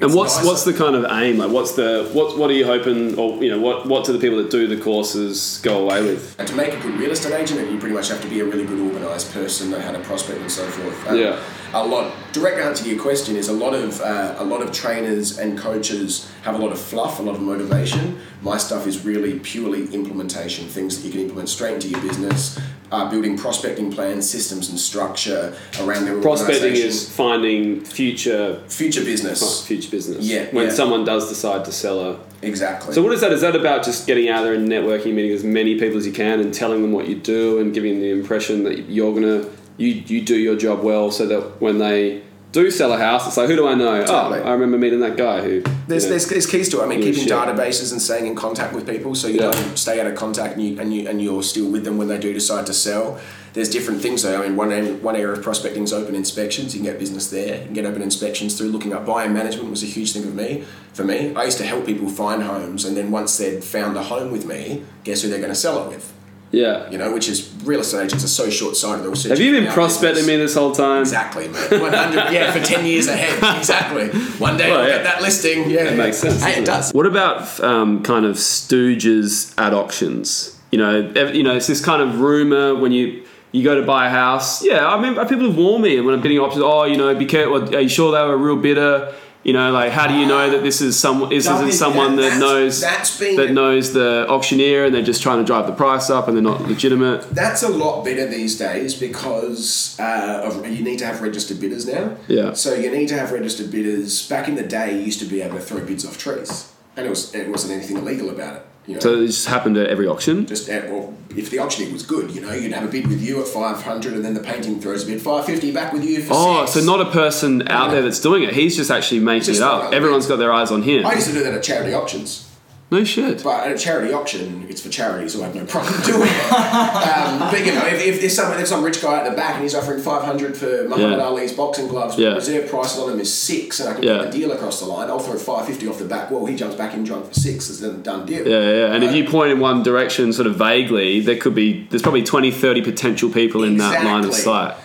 Speaker 1: And
Speaker 3: it's
Speaker 1: what's
Speaker 3: nice-
Speaker 1: what's the kind of aim? Like, what's the what what are you hoping, or you know, what what do the people that do the courses go away with?
Speaker 3: and to make a good real estate agent, you pretty much have to be a really good organised person, know how to prospect and so forth. Um,
Speaker 1: Yeah.
Speaker 3: A lot. Direct answer to your question is a lot of uh, a lot of trainers and coaches have a lot of fluff, a lot of motivation. My stuff is really purely implementation, things that you can implement straight into your business. Uh, building prospecting plans, systems, and structure around their
Speaker 1: Prospecting
Speaker 3: organisation.
Speaker 1: is finding future
Speaker 3: future business.
Speaker 1: future business.
Speaker 3: Yeah,
Speaker 1: when
Speaker 3: yeah.
Speaker 1: someone does decide to sell a.
Speaker 3: Exactly.
Speaker 1: So what is that? Is that about just getting out there and networking, meeting as many people as you can, and telling them what you do, and giving the impression that you're gonna you you do your job well, so that when they do sell a house, it's like, who do I know?
Speaker 3: Totally.
Speaker 1: Oh, I remember meeting that guy who.
Speaker 3: There's,
Speaker 1: you know,
Speaker 3: there's, there's keys to it. I mean,
Speaker 1: Holy
Speaker 3: keeping
Speaker 1: shit.
Speaker 3: databases and staying in contact with people so you
Speaker 1: Yeah.
Speaker 3: don't stay out of contact and, you, and, you, and you're still with them when they do decide to sell. There's different things though. I mean, one, area- one area of prospecting is open inspections. You can get business there. You can get open inspections through looking up buyer management was a huge thing of me for me. I used to help people find homes, and then once they'd found the home with me, guess who they're going to sell it with?
Speaker 1: yeah.
Speaker 3: You know, which is real estate agents are so short sighted.
Speaker 1: Have you been prospecting me this whole time?
Speaker 3: Exactly, mate. 100, yeah, for 10 years ahead. Exactly. One day
Speaker 1: Well,
Speaker 3: I'll
Speaker 1: yeah.
Speaker 3: get that listing. Yeah,
Speaker 1: It makes sense.
Speaker 3: Hey,
Speaker 1: doesn't
Speaker 3: it does.
Speaker 1: What about um, kind of stooges at auctions? You know, ev- you know, it's this kind of rumor when you you go to buy a house. Yeah, I mean, people have warned me when I'm bidding auctions. Oh, you know, be careful. Are you sure they were a real bidder? You know, like how do you know that this is some this
Speaker 2: Don't
Speaker 1: isn't
Speaker 2: be-
Speaker 1: someone that
Speaker 3: that's-
Speaker 1: knows
Speaker 3: that's being-
Speaker 1: that knows the auctioneer and they're just trying to drive the price up and they're not legitimate.
Speaker 3: That's a lot better these days because uh, of, you need to have registered bidders now.
Speaker 1: Yeah.
Speaker 3: So you need to have registered bidders. Back in the day, you used to be able to throw bids off trees, and it was it wasn't anything illegal about it. You know?
Speaker 1: So it just happened at every auction.
Speaker 3: just at, well, if the auctioneer was good, you know, you'd have a bid with you at five hundred, and then the painting throws a bid five fifty back with you for
Speaker 1: Oh, so
Speaker 3: six.
Speaker 1: not a person out there that's doing it. He's just actually making
Speaker 3: Just
Speaker 1: it
Speaker 3: like
Speaker 1: up.
Speaker 3: that.
Speaker 1: Everyone's got their eyes on him.
Speaker 3: I used to do that at charity auctions.
Speaker 1: No shit.
Speaker 3: But at a charity auction, it's for charity, so I have no problem doing it. um, but you know, if, if there's some if some rich guy at the back and he's offering five hundred for Muhammad
Speaker 1: Yeah.
Speaker 3: Ali's boxing gloves,
Speaker 1: Yeah.
Speaker 3: but reserve price on them is six, and I can
Speaker 1: Yeah.
Speaker 3: get a deal across the line, I'll throw five fifty off the back wall. He jumps back in drunk for six, it's then a done deal.
Speaker 1: Yeah, yeah. And if you point in one direction sort of vaguely, there could be, there's probably 20, 30 potential people in that line of
Speaker 3: Exactly.
Speaker 1: sight.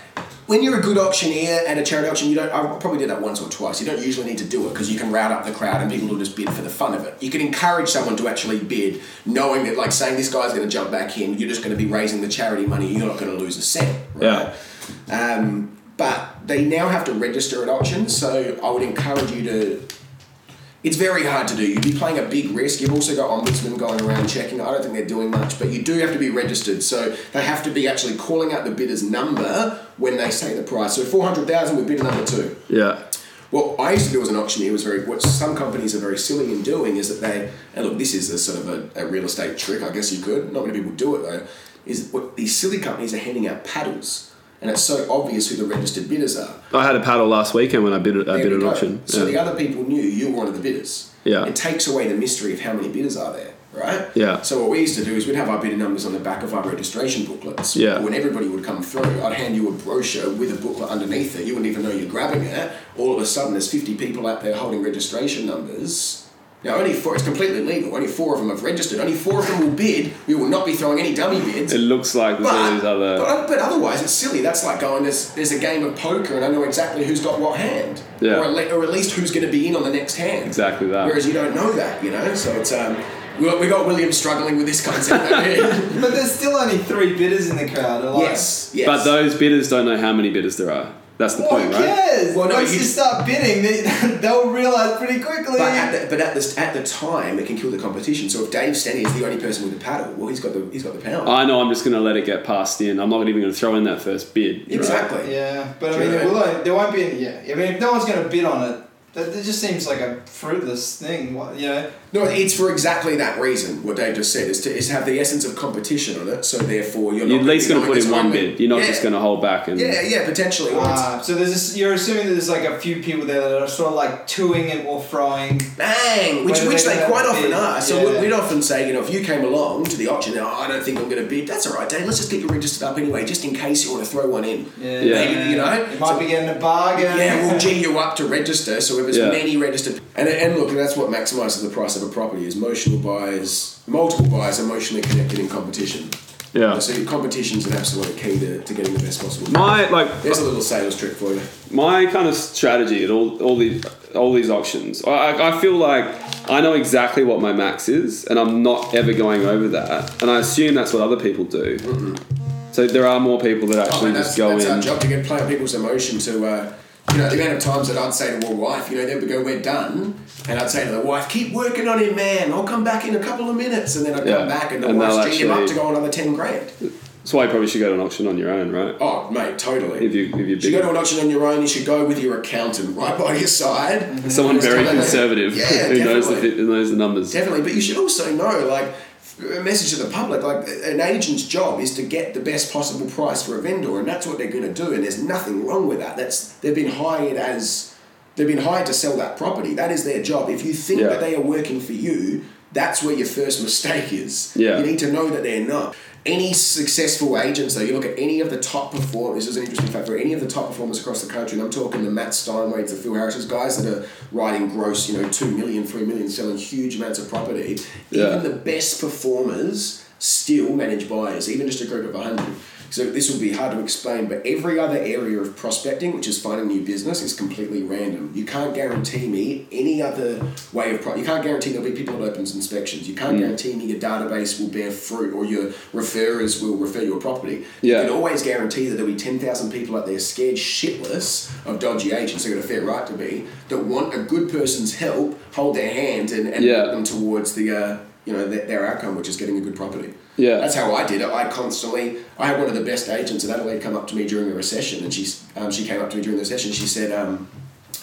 Speaker 3: When you're a good auctioneer at a charity auction, you don't. I probably did that once or twice. You don't usually need to do it because you can round up the crowd and people will just bid for the fun of it. You can encourage someone to actually bid, knowing that, like, saying this guy's going to jump back in. You're just going to be raising the charity money. You're not going to lose a cent. Right? Yeah. Um, but they now have to register at auctions, so I would encourage you to it's very hard to do. You'd be playing a big risk. You've also got ombudsmen going around checking. I don't think they're doing much, but you do have to be registered. So they have to be actually calling out the bidder's number when they say the price. So 400,000 would bidder number two.
Speaker 1: Yeah.
Speaker 3: What I used to do as an auctioneer was very, what some companies are very silly in doing is that they, and look, this is a sort of a, a real estate trick, I guess you could, not many people do it though, is what these silly companies are handing out paddles. And it's so obvious who the registered bidders are.
Speaker 1: I had a paddle last weekend when I bid, I
Speaker 3: There
Speaker 1: bid
Speaker 3: we
Speaker 1: an
Speaker 3: go.
Speaker 1: auction.
Speaker 3: So the
Speaker 1: Yeah.
Speaker 3: other people knew you were one of the bidders.
Speaker 1: Yeah.
Speaker 3: It takes away the mystery of how many bidders are there, right?
Speaker 1: Yeah.
Speaker 3: So what we used to do is we'd have our bidder numbers on the back of our registration booklets.
Speaker 1: Yeah.
Speaker 3: When everybody would come through, I'd hand you a brochure with a booklet underneath it. You wouldn't even know you're grabbing it. All of a sudden, there's 50 people out there holding registration numbers. Now, only four, it's completely legal. Only four of them have registered. Only four of them will bid. We will not be throwing any dummy bids.
Speaker 1: It looks like there's all
Speaker 3: But,
Speaker 1: these other.
Speaker 3: but, but otherwise, it's silly. That's like going, there's, there's a game of poker and I know exactly who's got what hand.
Speaker 1: Yeah.
Speaker 3: Or, at le- or at least who's going to be in on the next hand.
Speaker 1: Exactly that.
Speaker 3: Whereas you don't know that, you know? So it's, um, we got, we got William struggling with this concept. over here.
Speaker 2: But there's still only three bidders in the crowd. Like,
Speaker 3: yes, yes.
Speaker 1: But those bidders don't know how many bidders there are. That's the
Speaker 2: Well,
Speaker 1: point,
Speaker 2: who
Speaker 1: right?
Speaker 2: cares?
Speaker 3: Well, no,
Speaker 2: Once
Speaker 3: you-
Speaker 2: you start bidding, they, they'll realize pretty quickly.
Speaker 3: But at, the, but at the at the time, it can kill the competition. So if Dave Stenny is the only person with a paddle, well, he's got the he's got the pound.
Speaker 1: I know I'm just going to let it get passed in. I'm not even going to throw in that first bid. right?
Speaker 3: exactly.
Speaker 2: yeah, but I
Speaker 3: Sure.
Speaker 2: mean, there, will, only- there won't be. Any, yeah, I mean, if no one's going to bid on it, that, that just seems like a fruitless thing. What you know?
Speaker 3: No, it's for exactly that reason. What Dave just said is to is to have the essence of competition on it. So therefore, you're,
Speaker 1: You're at
Speaker 3: not
Speaker 1: least going to
Speaker 3: gonna be
Speaker 1: put in
Speaker 3: like,
Speaker 1: one
Speaker 3: "This
Speaker 1: bid. You're not
Speaker 3: Yeah.
Speaker 1: just going to hold back and.
Speaker 3: Yeah, yeah, potentially. Well, it's-
Speaker 2: Uh, so there's this, you're assuming that there's like a few people there that are sort of like toing it or throwing.
Speaker 3: bang, which,
Speaker 2: Whether
Speaker 3: which
Speaker 2: they
Speaker 3: they
Speaker 2: go
Speaker 3: quite
Speaker 2: out
Speaker 3: often
Speaker 2: bid,
Speaker 3: are. So
Speaker 2: yeah.
Speaker 3: we- we'd often say, you know, if you came along to the auction, oh, I don't think I'm going to bid. That's all right, Dave. Let's just get you registered up anyway, just in case you want to throw one in.
Speaker 2: Yeah,
Speaker 3: Maybe, you know.
Speaker 2: you might be getting a bargain.
Speaker 3: Yeah, we'll G you up to register. So if it's
Speaker 1: Yeah.
Speaker 3: many registered, and and look, that's what maximises the price of a property is emotional buyers, multiple buyers, emotionally connected in competition.
Speaker 1: Yeah.
Speaker 3: So competition's an absolute key to, to getting the best possible.
Speaker 1: My, like,
Speaker 3: There's a little sales trick for you.
Speaker 1: my kind of strategy at all all these all these auctions, I, I- I feel like I know exactly what my max is, and I'm not ever going over that. And I assume that's what other people do. So there are more people that
Speaker 3: Oh,
Speaker 1: actually
Speaker 3: man, Mm-hmm. that's,
Speaker 1: just go
Speaker 3: that's our
Speaker 1: in.
Speaker 3: job to get play on people's emotion to uh, you know the amount of times that I'd say to my wife you know there we go we're done and I'd say to the wife keep working on him man I'll come back in a couple of minutes and then I'd
Speaker 1: Yeah,
Speaker 3: come back and the
Speaker 1: and
Speaker 3: wife's
Speaker 1: they'll
Speaker 3: G him up
Speaker 1: actually-
Speaker 3: to go another 10 grand
Speaker 1: That's why you probably should go to an auction on your own, right?
Speaker 3: oh mate totally
Speaker 1: If you if you
Speaker 3: should go to
Speaker 1: bid,
Speaker 3: an auction on your own you should go with your accountant right by your side
Speaker 1: someone
Speaker 3: Just
Speaker 1: very
Speaker 3: tell them-
Speaker 1: conservative
Speaker 3: yeah,
Speaker 1: who knows the
Speaker 3: definitely.
Speaker 1: who knows the numbers.
Speaker 3: Definitely, but you should also know, like, a message to the public like an agent's job is to get the best possible price for a vendor and that's what they're going to do and there's nothing wrong with that that's they've been hired as they've been hired to sell that property that is their job if you think
Speaker 1: Yeah.
Speaker 3: that they are working for you that's where your first mistake is
Speaker 1: Yeah.
Speaker 3: you need to know that they're not any successful agents though you look at any of the top performers this is an interesting fact for any of the top performers across the country and I'm talking the Matt Steinway to Phil Harris's guys that are writing gross you know 2 million 3 million selling huge amounts of property
Speaker 1: Yeah.
Speaker 3: even the best performers still manage buyers, even just a group of 100. So this will be hard to explain, but every other area of prospecting, which is finding new business, is completely random. You can't guarantee me any other way of pro- you can't guarantee there'll be people at opens inspections. You
Speaker 1: Mm.
Speaker 3: can't guarantee me your database will bear fruit or your referrers will refer your property.
Speaker 1: Yeah.
Speaker 3: You can always guarantee that there'll be ten thousand people out there scared shitless of dodgy agents. They've got a fair right to be that want a good person's help, hold their hand, and, and
Speaker 1: Yeah.
Speaker 3: them them towards the uh, you know their, their outcome, which is getting a good property.
Speaker 1: Yeah.
Speaker 3: that's how I did it. I constantly I had one of the best agents in Adelaide come up to me during the recession, and she's um, she came up to me during the recession. She said, um,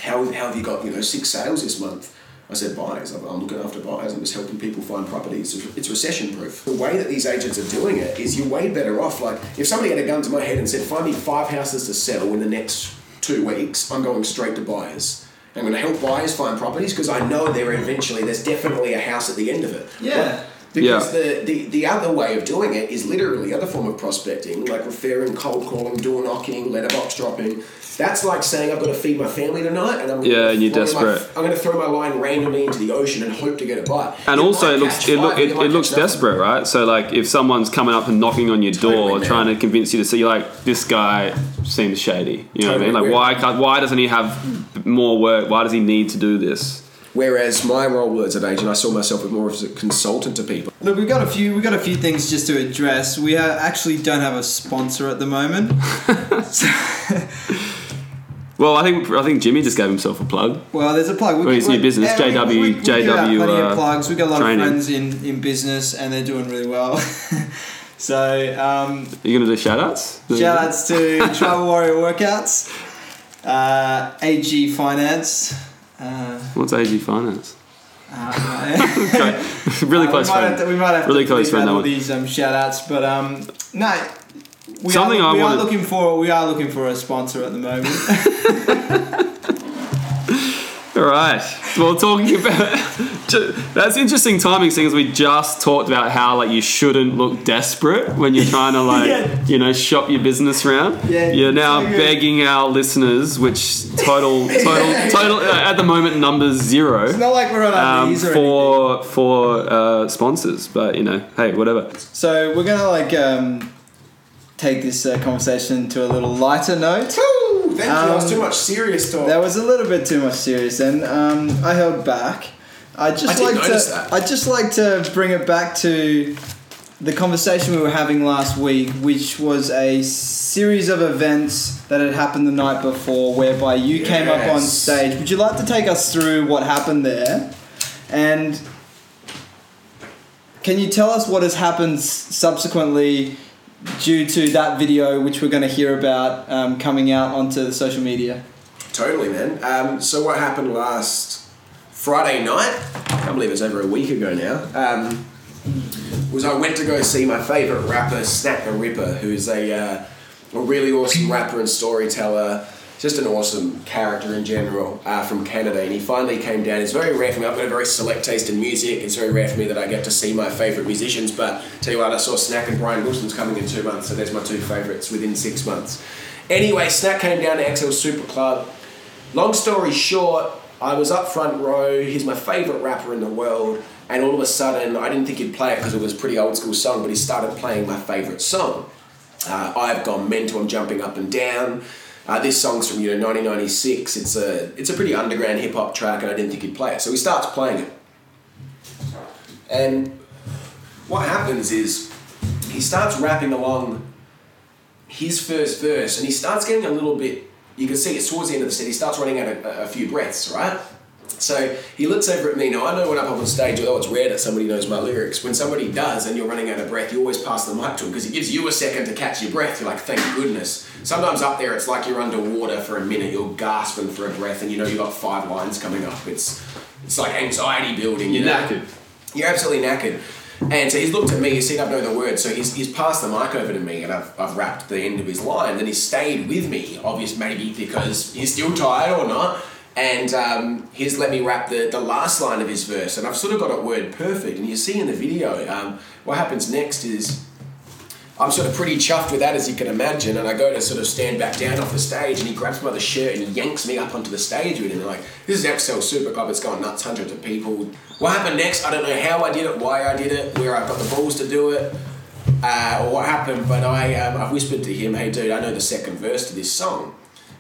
Speaker 3: "How how have you got you know six sales this month?" I said, "Buyers. I'm I'm looking after buyers. I'm just helping people find properties. It's- It's recession proof. The way that these agents are doing it is you're way better off. Like if somebody had a gun to my head and said, "Find me five houses to sell in the next two weeks," I'm going straight to buyers. I'm going to help buyers find properties because I know there eventually there's definitely a house at the end of it.
Speaker 2: Yeah.
Speaker 3: Because
Speaker 1: Yeah.
Speaker 3: The, the, the other way of doing it is literally other form of prospecting, like referring, cold calling, door knocking, letterbox dropping. That's like saying I've got to feed my family tonight, and I'm gonna
Speaker 1: Yeah, and you're
Speaker 3: throw
Speaker 1: desperate.
Speaker 3: My, I'm going to throw my line randomly into the ocean and hope to get a bite.
Speaker 1: And
Speaker 3: You
Speaker 1: also,
Speaker 3: might
Speaker 1: it looks
Speaker 3: catch
Speaker 1: it,
Speaker 3: five,
Speaker 1: look,
Speaker 3: you
Speaker 1: it,
Speaker 3: might
Speaker 1: it looks
Speaker 3: catch nothing.
Speaker 1: desperate, right? So like, if someone's coming up and knocking on your door,
Speaker 3: Totally, man.
Speaker 1: trying to convince you to see, like, this guy seems shady. You know
Speaker 3: Totally,
Speaker 1: what I mean? Like,
Speaker 3: we're-
Speaker 1: why can't, why doesn't he have more work? Why does he need to do this?
Speaker 3: Whereas my role as an agent, I saw myself as more as a consultant to people.
Speaker 2: Look, we've got a few. We've got a few things just to address. We ha actually don't have a sponsor at the moment. so,
Speaker 1: Well, I think I think Jimmy just gave himself a plug.
Speaker 2: well, there's a plug. We,
Speaker 1: Well, his new business,
Speaker 2: we-
Speaker 1: JW
Speaker 2: we, we give out
Speaker 1: JW,
Speaker 2: plenty
Speaker 1: uh,
Speaker 2: of plugs. We've got a lot
Speaker 1: training.
Speaker 2: of friends in, in business, and they're doing really well. so, um,
Speaker 1: Are you gonna do shout outs?
Speaker 2: shout outs to Tribal Warrior Workouts, uh, AG Finance. Uh,
Speaker 1: What's AG Finance?
Speaker 2: uh,
Speaker 1: Okay. really
Speaker 2: Uh,
Speaker 1: close
Speaker 2: we might have
Speaker 1: friend.
Speaker 2: to, we might have
Speaker 1: Really
Speaker 2: to
Speaker 1: close
Speaker 2: leave
Speaker 1: friend,
Speaker 2: out
Speaker 1: that
Speaker 2: all
Speaker 1: one.
Speaker 2: these um, shout outs but um no we
Speaker 1: Something
Speaker 2: are,
Speaker 1: I
Speaker 2: we
Speaker 1: wanted-
Speaker 2: are looking for we are looking for a sponsor at the moment
Speaker 1: All right. Well, talking about ju- that's interesting timing, seeing as we just talked about how like you shouldn't look desperate when you're trying to like
Speaker 2: Yeah.
Speaker 1: you know shop your business around.
Speaker 2: Yeah,
Speaker 1: you're now
Speaker 2: so good.
Speaker 1: begging our listeners, which total total total uh, at the moment numbers zero.
Speaker 2: it's not like we're on our
Speaker 1: Um,
Speaker 2: knees or anything.
Speaker 1: for for uh, sponsors, but you know, hey, whatever.
Speaker 2: so we're gonna like um take this uh, conversation to a little lighter note
Speaker 3: Woo! Thank you. That was
Speaker 2: Um,
Speaker 3: too much serious talk.
Speaker 2: that was a little bit too much serious and um i held back i just
Speaker 3: I did
Speaker 2: like
Speaker 3: notice
Speaker 2: to
Speaker 3: that.
Speaker 2: i just like to bring it back to the conversation we were having last week, which was a series of events that had happened the night before, whereby you came up on
Speaker 3: Yes.
Speaker 2: stage. Would you like to take us through what happened there? And can you tell us what has happened s- subsequently due to that video, which we're going to hear about um, coming out onto the social media?
Speaker 3: Totally, man. Um, so what happened last Friday night? I can't believe it's over a week ago now. Um, was I went to go see my favorite rapper, Snap the Ripper, who's a uh, a really awesome rapper and storyteller. Just an awesome character in general uh, from Canada, and he finally came down. It's very rare for me. I've got a very select taste in music. It's very rare for me that I get to see my favourite musicians. But tell you what, I saw Snack and Brian Wilson's coming in two months, so there's my two favourites within six months. Anyway, Snack came down to XL Super Club. Long story short, I was up front row. He's my favourite rapper in the world, and all of a sudden, I didn't think he'd play it because it was a pretty old school song, but he started playing my favourite song. Uh, I've gone mental. I'm jumping up and down. Uh, this song's from you know 1996. It's a it's a pretty underground hip hop track, and I didn't think he'd play it. So he starts playing it, and what happens is he starts rapping along his first verse, and he starts getting a little bit. You can see it's towards the end of the set. He starts running out a, a few breaths, right? So he looks over at me. Now I know when I'm up on stage, although it's rare that somebody knows my lyrics. When somebody does, and you're running out of breath, you always pass the mic to him because he gives you a second to catch your breath. You're like, thank goodness. Sometimes up there, it's like you're underwater for a minute. You're gasping for a breath, and you know you've got five lines coming up. It's it's like anxiety building. You know?
Speaker 1: Knackered.
Speaker 3: You're absolutely knackered. And so he's looked at me, he's seen I know the words, so he's, he's passed the mic over to me and I've, I've wrapped the end of his line. Then he stayed with me, obvious maybe because he's still tired or not. And um, he's let me wrap the, the last line of his verse, and I've sort of got it word perfect. And you see in the video, um, what happens next is I'm sort of pretty chuffed with that, as you can imagine. And I go to sort of stand back down off the stage, and he grabs my other shirt and he yanks me up onto the stage with him. Like, this is Excel Super Club, it's going nuts, hundreds of people. What happened next? I don't know how I did it, why I did it, where I got the balls to do it, uh, or what happened, but I, um, I whispered to him, hey, dude, I know the second verse to this song.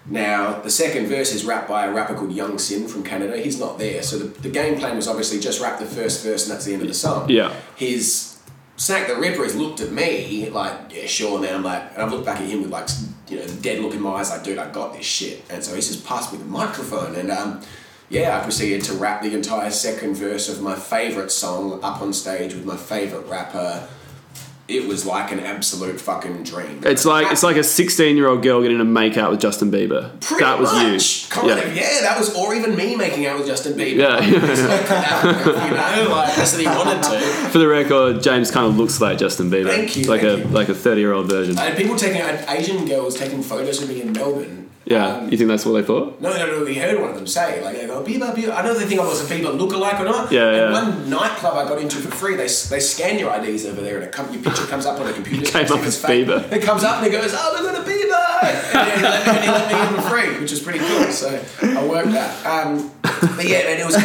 Speaker 3: Now, the second verse is rapped by a rapper called Young Sin from Canada. He's not there. So the, the game plan was obviously just rap the first verse, and that's the end of the song.
Speaker 1: Yeah.
Speaker 3: His Snack the Ripper has looked at me like, yeah, sure, man. I'm like, and I've looked back at him with like, you know, the dead look in my eyes, like, dude, I got this shit. And so he's just passed me the microphone, and um, yeah, I proceeded to rap the entire second verse of my favorite song up on stage with my favorite rapper. It was like an absolute fucking dream.
Speaker 1: It's like it's like a 16 year old girl getting a make out with Justin Bieber.
Speaker 3: Pretty
Speaker 1: that was
Speaker 3: much.
Speaker 1: you.
Speaker 3: Kind
Speaker 1: yeah.
Speaker 3: of, yeah, that was, or even me making out with Justin Bieber.
Speaker 1: Yeah.
Speaker 3: Like, it's like that, you know, like that's what he wanted to.
Speaker 1: For the record, James kind of looks like Justin Bieber.
Speaker 3: Thank you,
Speaker 1: Like
Speaker 3: thank
Speaker 1: a
Speaker 3: you.
Speaker 1: like a 30 year old version.
Speaker 3: I had people taking I had Asian girls taking photos of me in Melbourne.
Speaker 1: yeah.
Speaker 3: Um,
Speaker 1: you think that's what they thought?
Speaker 3: no, no, no. We heard one of them say, like, they go, "Biba, Biba." I don't know if they think I was a Biba lookalike or not.
Speaker 1: Yeah,
Speaker 3: And
Speaker 1: yeah.
Speaker 3: one nightclub I got into for free, they, they scan your IDs over there, and it come, your picture comes up on the computer.
Speaker 1: Came
Speaker 3: It's like
Speaker 1: up
Speaker 3: it's
Speaker 1: as
Speaker 3: fake.
Speaker 1: Bieber.
Speaker 3: It comes up and it goes, "Oh, look at a Biba!" And then he let me, and he let me in for free, which is pretty cool. So I worked that. Um, but yeah, man, it was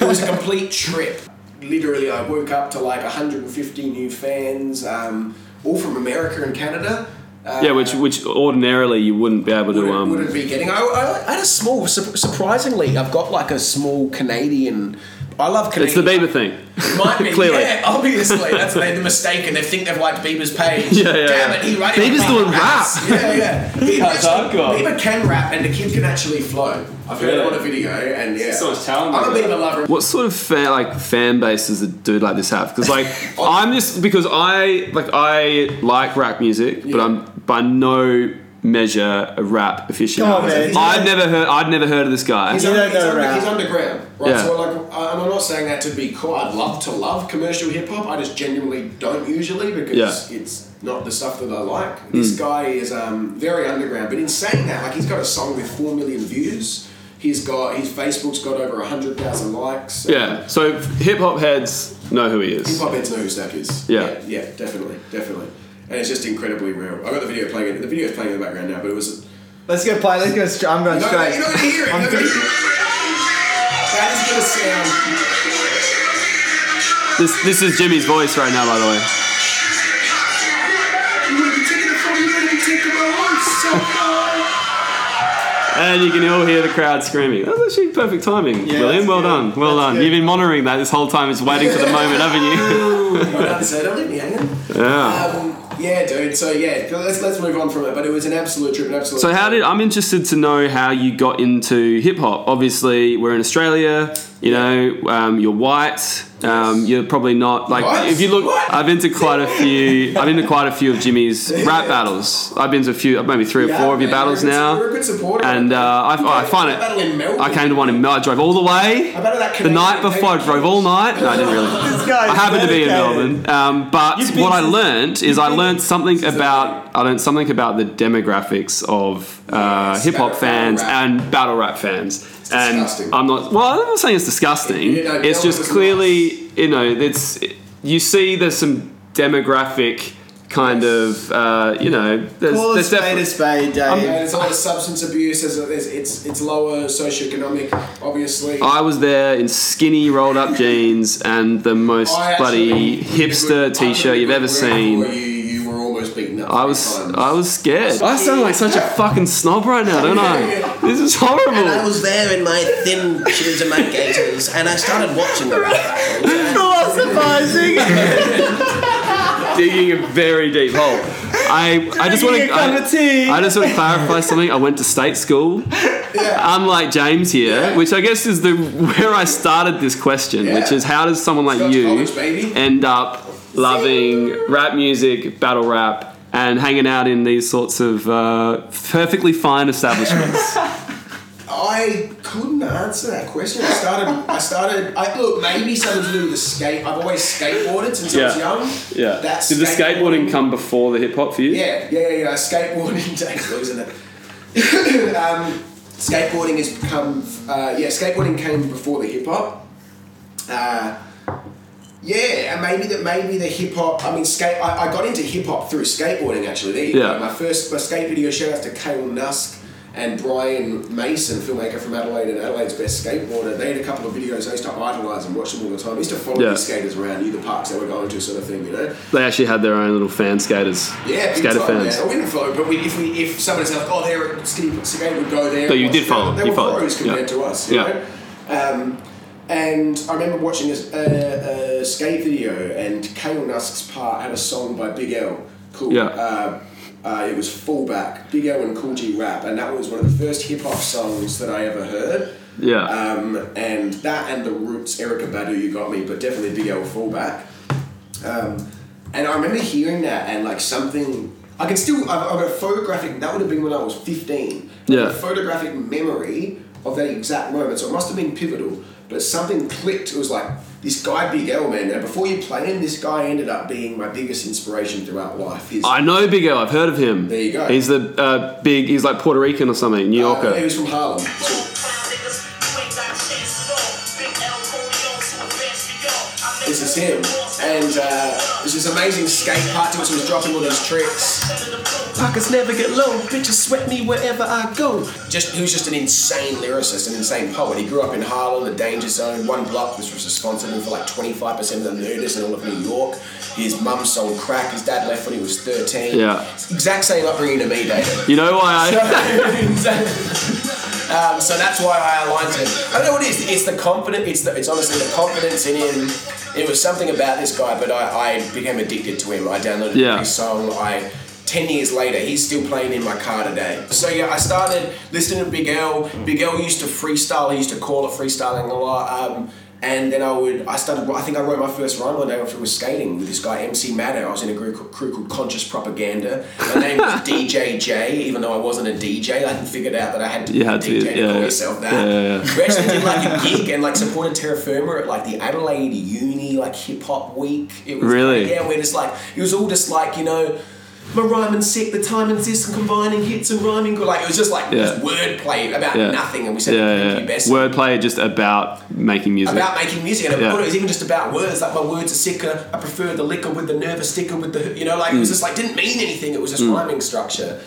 Speaker 3: it was a complete trip. Literally, I woke up to like 150 new fans, um, all from America and Canada. Uh,
Speaker 1: Yeah, which which ordinarily you wouldn't be able to
Speaker 3: wouldn't,
Speaker 1: um
Speaker 3: wouldn't be getting. I, I, I had a small. sur- Surprisingly, I've got like a small Canadian. I love
Speaker 1: It's
Speaker 3: Canadian.
Speaker 1: the Bieber thing.
Speaker 3: Might be,
Speaker 1: Clearly.
Speaker 3: yeah, obviously. That's made the mistake, and they think they've liked Bieber's page.
Speaker 1: Yeah, yeah,
Speaker 3: Damn
Speaker 1: yeah.
Speaker 3: it, he wrote
Speaker 1: Bieber's doing rap.
Speaker 3: Yeah, yeah. Bieber,
Speaker 1: That's
Speaker 3: actually,
Speaker 1: hardcore.
Speaker 3: Bieber can rap, and the kid can actually flow. I've heard
Speaker 1: Really?
Speaker 3: it on a video, and yeah,
Speaker 1: So much talent
Speaker 3: I'm a
Speaker 1: there.
Speaker 3: Bieber lover.
Speaker 1: What sort of fan, like fan base does a dude like this have? Because like I'm just because I like I like rap music, but
Speaker 3: Yeah.
Speaker 1: I'm by no measure a rap aficionado.
Speaker 2: Oh, man.
Speaker 1: I've never heard I'd never heard of this guy.
Speaker 3: He's,
Speaker 2: You
Speaker 3: under,
Speaker 2: don't
Speaker 3: he's,
Speaker 2: know
Speaker 3: under,
Speaker 2: rap.
Speaker 3: he's underground, right?
Speaker 1: Yeah.
Speaker 3: So like, I- I'm not saying that to be cool. I'd love to love commercial hip hop. I just genuinely don't usually because
Speaker 1: Yeah. Hmm.
Speaker 3: it's not the stuff that I like. This guy is um, very underground, but in saying that, like, he's got a song with four million views. He's got his Facebook's got over hundred thousand likes.
Speaker 1: Yeah. So hip hop heads know who he
Speaker 3: Hip
Speaker 1: is.
Speaker 3: hop heads know who Stack is.
Speaker 1: Yeah.
Speaker 3: yeah, definitely, definitely. And it's just incredibly real. I've got the video playing. The video's playing in the background now, but it was.
Speaker 2: Let's go play. Let's go. Str- I'm going
Speaker 3: No, no,
Speaker 2: straight.
Speaker 3: you're not gonna hear it. You're
Speaker 2: I'm
Speaker 3: not gonna hear it. That is gonna sound.
Speaker 1: This this is Jimmy's voice right now, by the way. And you can all hear the crowd screaming. That's actually perfect timing,
Speaker 2: Yeah,
Speaker 1: William.
Speaker 2: that's
Speaker 1: Well
Speaker 2: good.
Speaker 1: done. Well
Speaker 2: That's
Speaker 1: done.
Speaker 2: good.
Speaker 1: You've been monitoring that this whole time. It's waiting for the moment, haven't you?
Speaker 3: so don't leave me hanging.
Speaker 1: yeah.
Speaker 3: Um, yeah, dude. So yeah, let's let's move on from it. But it was an absolute trip, an absolute.
Speaker 1: So how did I'm interested to know how you got into hip hop? Obviously, we're in Australia. You know, um, you're white. Um, you're probably not like
Speaker 3: What?
Speaker 1: if you look.
Speaker 3: What?
Speaker 1: I've been to quite a few. I've been to quite a few of Jimmy's rap battles. I've been to a few, maybe three or
Speaker 3: Yeah,
Speaker 1: four of your
Speaker 3: man,
Speaker 1: battles
Speaker 3: you're a good-
Speaker 1: now.
Speaker 3: you're a good supporter.
Speaker 1: And uh, I,
Speaker 3: You
Speaker 1: I
Speaker 3: go-
Speaker 1: find
Speaker 3: battle in
Speaker 1: it.
Speaker 3: Melbourne.
Speaker 1: I came to one in Melbourne. I drove all the way.
Speaker 3: How about that
Speaker 1: The night
Speaker 3: Canadian
Speaker 1: before, I drove all night. No, I didn't really.
Speaker 2: This guy
Speaker 1: I
Speaker 2: is
Speaker 1: happened to be in
Speaker 2: dedicated.
Speaker 1: Melbourne, um, but
Speaker 2: You've been
Speaker 1: what I
Speaker 2: since-
Speaker 1: learned is I
Speaker 2: been
Speaker 1: learned something about I learned something about the demographics of uh,
Speaker 3: Yes,
Speaker 1: hip hop
Speaker 3: battle
Speaker 1: fans
Speaker 3: rap.
Speaker 1: and battle rap fans. and
Speaker 3: disgusting.
Speaker 1: I'm not well. I'm not saying it's disgusting.
Speaker 3: You know,
Speaker 1: it's
Speaker 3: no one
Speaker 1: just
Speaker 3: was
Speaker 1: clearly you know it's you see there's some demographic kind of uh, you know there's,
Speaker 2: Call a
Speaker 1: there's
Speaker 2: spade a
Speaker 1: definitely
Speaker 2: spade,
Speaker 3: And
Speaker 2: Dave.
Speaker 3: there's a lot of substance abuse. There's, a, there's it's it's lower socioeconomic, obviously.
Speaker 1: I was there in skinny rolled up jeans and the most
Speaker 3: I actually
Speaker 1: bloody
Speaker 3: did a good- I
Speaker 1: hipster
Speaker 3: did a good
Speaker 1: t-shirt you've ever
Speaker 3: work
Speaker 1: seen.
Speaker 3: for You, you were almost beaten up.
Speaker 1: I was
Speaker 3: three times.
Speaker 1: I was scared. I sound like such a fucking snob right now, don't I? This is
Speaker 4: I
Speaker 1: horrible.
Speaker 4: was there in my thin shoes and my gaiters, and I started watching the rap battle.
Speaker 2: Philosophizing.
Speaker 1: Digging a very deep hole. I I just want
Speaker 2: Drinking a cup of tea.
Speaker 1: to I just want to clarify something. I went to state school. Unlike James here,
Speaker 3: Yeah.
Speaker 1: which I guess is the where I started this question, which
Speaker 3: Yeah.
Speaker 1: is how does someone like
Speaker 3: Got
Speaker 1: you
Speaker 3: college, baby.
Speaker 1: end up loving rap music, battle rap, and hanging out in these sorts of uh, perfectly fine establishments?
Speaker 3: I I couldn't answer that question. I started. I started. I look maybe something to do with the skate. I've always skateboarded since I was
Speaker 1: Yeah.
Speaker 3: young.
Speaker 1: Yeah.
Speaker 3: That
Speaker 1: Did the skateboarding come before the hip hop for you?
Speaker 3: Yeah, yeah, yeah. yeah. Skateboarding takes losing it. um, skateboarding has become. Uh, yeah, skateboarding came before the hip hop. Uh, yeah, and maybe that maybe the hip hop. I mean, skate. I, I got into hip hop through skateboarding actually. There you
Speaker 1: Yeah.
Speaker 3: go. My first my skate video shout out to Cale Nusk and Brian Mason, filmmaker from Adelaide and Adelaide's best skateboarder. They had a couple of videos. I used to idolise and watch them all the time. I used to follow
Speaker 1: Yeah.
Speaker 3: these skaters around, knew the parks they were going to, sort of thing, you know.
Speaker 1: They actually had their own little fan skaters.
Speaker 3: Yeah, big
Speaker 1: skater
Speaker 3: time,
Speaker 1: fans.
Speaker 3: Yeah. I wouldn't follow, but we, if we if someone said, "Oh, they're skinny Skate would go there,"
Speaker 1: But you
Speaker 3: watch
Speaker 1: did follow them.
Speaker 3: They
Speaker 1: You
Speaker 3: were
Speaker 1: followed
Speaker 3: pros
Speaker 1: them.
Speaker 3: compared
Speaker 1: Yeah.
Speaker 3: to us. You
Speaker 1: Yeah.
Speaker 3: know? Um, and I remember watching a, a, a skate video, and Kale Nusk's part had a song by Big L called.
Speaker 1: Yeah.
Speaker 3: Uh, uh, it was Fullback, Big L and Cool G Rap, and that was one of the first hip hop songs that I ever heard.
Speaker 1: Yeah.
Speaker 3: Um, and that and the Roots, Erica Badu, you got me, but definitely Big L Fullback. Um, and I remember hearing that and like something. I can still. I've, I've got a photographic. That would have been when I was fifteen. I've got
Speaker 1: Yeah.
Speaker 3: A photographic memory of that exact moment. So it must have been pivotal. But something clicked. It was like this guy, Big L, man. And before you play him, this guy ended up being my biggest inspiration throughout life. His,
Speaker 1: I know Big L. I've heard of him.
Speaker 3: There you go.
Speaker 1: He's the uh, big. He's like Puerto Rican or something. New
Speaker 3: uh,
Speaker 1: Yorker.
Speaker 3: He was from Harlem.
Speaker 5: This
Speaker 3: This is him, and uh, it's this amazing skate part to it. So he's dropping all these tricks.
Speaker 4: Pockets never get low. Bitches sweat me wherever I go.
Speaker 3: just he was just an insane lyricist, an insane poet. He grew up in Harlem, the danger zone, one block which was responsible for like 25% of the nudist in all of New York. His mum sold crack, his dad left when he was 13.
Speaker 1: Yeah.
Speaker 3: Exact same upbringing to me, David.
Speaker 1: You know why I?
Speaker 3: um, so that's why I aligned to him. I don't know what it is. It's the confidence. It's the, it's honestly the confidence in him. It was something about this guy, but I, I became addicted to him. I downloaded
Speaker 1: Yeah.
Speaker 3: every song. I ten years later, he's still playing in my car today. So yeah, I started listening to Big L. Big L used to freestyle. He used to call it freestyling a lot. Um, and then I would, I started, I think I wrote my first rhyme one day after I was skating with this guy, MC Maddo. I was in a group, crew called Conscious Propaganda. My name was DJ J, even though I wasn't a DJ. I hadn't figured out that I had to
Speaker 1: You had to,
Speaker 3: DJ
Speaker 1: yeah,
Speaker 3: call
Speaker 1: yeah.
Speaker 3: yourself that.
Speaker 1: Yeah, yeah, yeah.
Speaker 3: We actually did like a gig and like supported Terra Firma at like the Adelaide Uni like hip hop week. It was
Speaker 1: Really?
Speaker 3: like, yeah, we're just like it was all just like you know. My rhyming sick, the time and this, and combining hits and rhyming. good. Like it was just like
Speaker 1: Yeah.
Speaker 3: just wordplay about
Speaker 1: Yeah.
Speaker 3: nothing, and we said
Speaker 1: Yeah,
Speaker 3: it
Speaker 1: yeah.
Speaker 3: could be best
Speaker 1: Wordplay just about making music.
Speaker 3: about making music, and
Speaker 1: Yeah.
Speaker 3: it was even just about words. Like my words are sicker. I prefer the liquor with the nervous sticker with the you know, like it
Speaker 1: Mm.
Speaker 3: was just like didn't mean anything. It was just rhyming structure.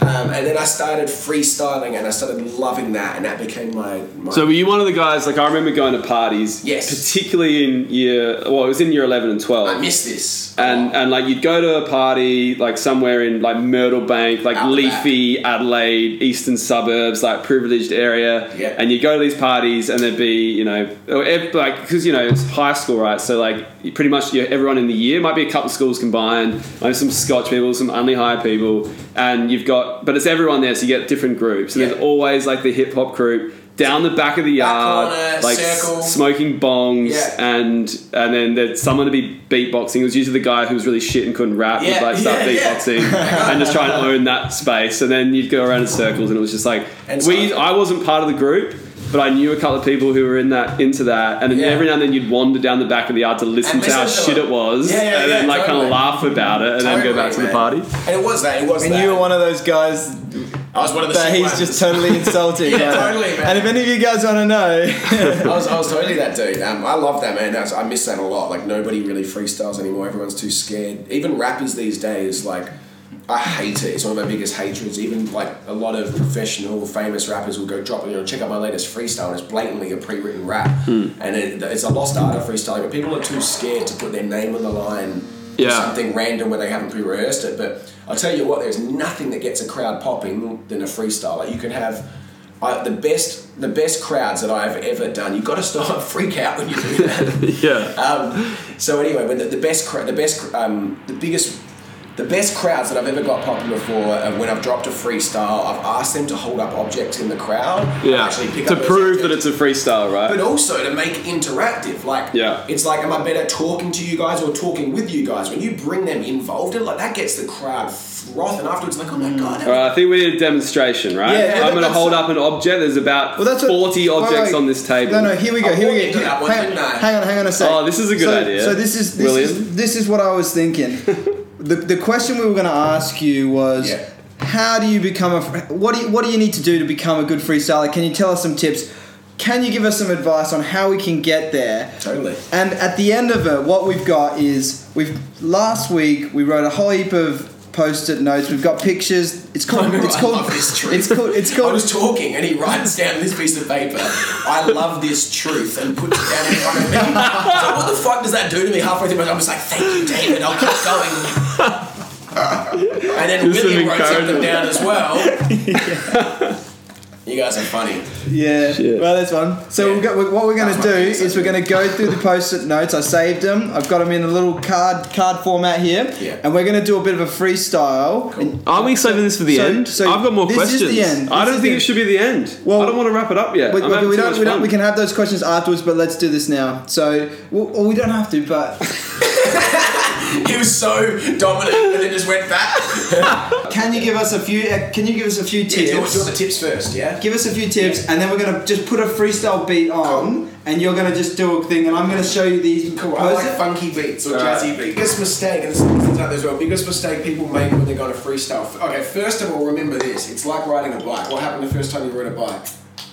Speaker 3: Um, and then I started freestyling, and I started loving that, and that became my. my
Speaker 1: so were you one of the guys? Like I remember going to parties.
Speaker 3: Yes. Um,
Speaker 1: Particularly in year. Well, it was in year eleven and twelve.
Speaker 3: I miss this.
Speaker 1: and and like you'd go to a party like somewhere in like Myrtle Bank, like
Speaker 3: Out the back.
Speaker 1: leafy Adelaide, eastern suburbs, like privileged area.
Speaker 3: Yeah.
Speaker 1: And you go to these parties, and there'd be you know or ev- like because you know it's high school, right? So like you- pretty much you everyone in the year might be a couple of schools combined, like some Scotch people, some only high people, and you've got but it's everyone there, so you get different groups. And
Speaker 3: Yeah.
Speaker 1: there's always like the hip hop group. Down the back of the yard,
Speaker 3: corner,
Speaker 1: like s-
Speaker 3: circle.
Speaker 1: smoking bongs,
Speaker 3: Yeah.
Speaker 1: and and then there's someone to be beatboxing. It was usually the guy who was really shit and couldn't rap would
Speaker 3: Yeah,
Speaker 1: like start
Speaker 3: yeah, yeah.
Speaker 1: beatboxing and just try and own that space. And then you'd go around in circles, and it was just like
Speaker 3: And
Speaker 1: we.
Speaker 3: so-
Speaker 1: I wasn't part of the group, but I knew a couple of people who were in that into that. And then
Speaker 3: Yeah.
Speaker 1: every now and then you'd wander down the back of the yard to listen
Speaker 3: And
Speaker 1: to how
Speaker 3: listen to
Speaker 1: shit
Speaker 3: it.
Speaker 1: it was,
Speaker 3: Yeah, yeah,
Speaker 1: and then
Speaker 3: yeah,
Speaker 1: like kind
Speaker 3: totally.
Speaker 1: of laugh about it, and then go back to the party.
Speaker 3: And it was that. It was
Speaker 2: And
Speaker 3: that.
Speaker 2: you were one of those guys
Speaker 3: I was one of the.
Speaker 2: that
Speaker 3: sick
Speaker 2: he's
Speaker 3: ones.
Speaker 2: just totally insulted.
Speaker 3: Yeah,
Speaker 2: by.
Speaker 3: totally, man.
Speaker 2: And if any of you guys want to know,
Speaker 3: I was, I was totally that dude. Um, I love that man. That's, I miss that a lot. Like nobody really freestyles anymore. Everyone's too scared. Even rappers these days, like I hate it. It's one of my biggest hatreds. Even like a lot of professional, famous rappers will go drop. You know, check out my latest freestyle. and It's blatantly a pre-written rap, and it, it's a lost art of freestyling. But people are too scared to put their name on the line. for
Speaker 1: Yeah.
Speaker 3: Something random where they haven't pre-rehearsed it. But I'll tell you what, there's nothing that gets a crowd popping than a freestyle. Like you can have I, the best the best crowds that I've ever done. You've got to start freak out when you do that.
Speaker 1: Yeah,
Speaker 3: um, so anyway, when the, the best cra- the best um, the um, biggest The best crowds that I've ever got popular for are when I've dropped a freestyle, I've asked them to hold up objects in the crowd.
Speaker 1: Yeah.
Speaker 3: Actually pick
Speaker 1: to
Speaker 3: up those
Speaker 1: prove
Speaker 3: objects.
Speaker 1: that it's a freestyle, right?
Speaker 3: But also to make it interactive. Like,
Speaker 1: Yeah.
Speaker 3: it's like, am I better talking to you guys or talking with you guys? When you bring them involved, it, like that gets the crowd frothing afterwards. Like, oh my god, that
Speaker 1: All right, Uh, I think we need a demonstration, right?
Speaker 2: Yeah, yeah,
Speaker 1: I'm
Speaker 2: that-
Speaker 1: going to
Speaker 2: that's-
Speaker 1: hold up an object. There's about
Speaker 2: Well, that's what,
Speaker 1: 40
Speaker 2: wait,
Speaker 1: objects
Speaker 2: wait.
Speaker 1: on this table.
Speaker 2: No, no. Here we go.
Speaker 3: I
Speaker 2: Here we
Speaker 3: walked
Speaker 2: go.
Speaker 3: into that one,
Speaker 2: hang,
Speaker 3: didn't I?
Speaker 2: hang on, hang on a second.
Speaker 1: Oh, this is a good
Speaker 2: so,
Speaker 1: idea,
Speaker 2: So this is this
Speaker 1: William.
Speaker 2: is this is what I was thinking. the the question we were going to ask you was.
Speaker 3: Yeah.
Speaker 2: How do you become a? fr- What do you, what do you need to do to become a good freestyler? Can you tell us some tips? Can you give us some advice on how we can get there?
Speaker 3: Totally.
Speaker 2: And at the end of it, what we've got is we've last week we wrote a whole heap of post-it notes. We've got pictures. It's called.
Speaker 3: I
Speaker 2: It's
Speaker 3: love
Speaker 2: called.
Speaker 3: this truth.
Speaker 2: It's called. It's
Speaker 3: I was
Speaker 2: called.
Speaker 3: talking and he writes down this piece of paper. I love this truth and puts it down in front of me. So what the fuck does that do to me halfway through? I'm just like, thank you, David. I'll keep going. And then
Speaker 1: Just
Speaker 3: William
Speaker 1: an
Speaker 3: wrote
Speaker 1: encouragement.
Speaker 3: something down as well. You guys are funny.
Speaker 2: Yeah.
Speaker 1: Shit.
Speaker 2: Well, that's one. So
Speaker 3: Yeah.
Speaker 2: we've got, what we're going
Speaker 3: That's
Speaker 2: to
Speaker 3: my
Speaker 2: do
Speaker 3: piece,
Speaker 2: is
Speaker 3: I
Speaker 2: we're
Speaker 3: think.
Speaker 2: going to go through the post-it notes. I saved them. I've got them in a little card card format here.
Speaker 3: Yeah.
Speaker 2: And we're going to do a bit of a freestyle. And-
Speaker 1: Aren't we saving this for the
Speaker 2: So-
Speaker 1: end?
Speaker 2: so
Speaker 1: I've got more
Speaker 2: this is
Speaker 1: questions.
Speaker 2: the end.
Speaker 1: I
Speaker 2: This
Speaker 1: don't
Speaker 2: is
Speaker 1: think
Speaker 2: the-
Speaker 1: it should be the end.
Speaker 2: Well-
Speaker 1: I don't want to wrap it up yet.
Speaker 2: we,
Speaker 1: I'm
Speaker 2: we-
Speaker 1: having
Speaker 2: we
Speaker 1: too
Speaker 2: don't,
Speaker 1: much
Speaker 2: we, don't,
Speaker 1: fun.
Speaker 2: we can have those questions afterwards, but let's do this now. So, well, well, we don't have to, but
Speaker 3: He was so dominant and then just went back.
Speaker 2: can you give us a few? uh, Can you give us a few
Speaker 3: Do
Speaker 2: tips?
Speaker 3: you want do you want the tips first, yeah?
Speaker 2: Give us a few tips, and then we're gonna just put a freestyle beat on, and you're gonna just do a thing, and I'm gonna show you these.
Speaker 3: Cool. I
Speaker 2: compose
Speaker 3: like
Speaker 2: it.
Speaker 3: funky beats or
Speaker 1: Alright.
Speaker 3: jazzy beats. Biggest mistake, and this is out there as well. Biggest mistake people make when they go to freestyle. Okay, first of all, remember this. It's like riding a bike. What happened the first time you rode a bike?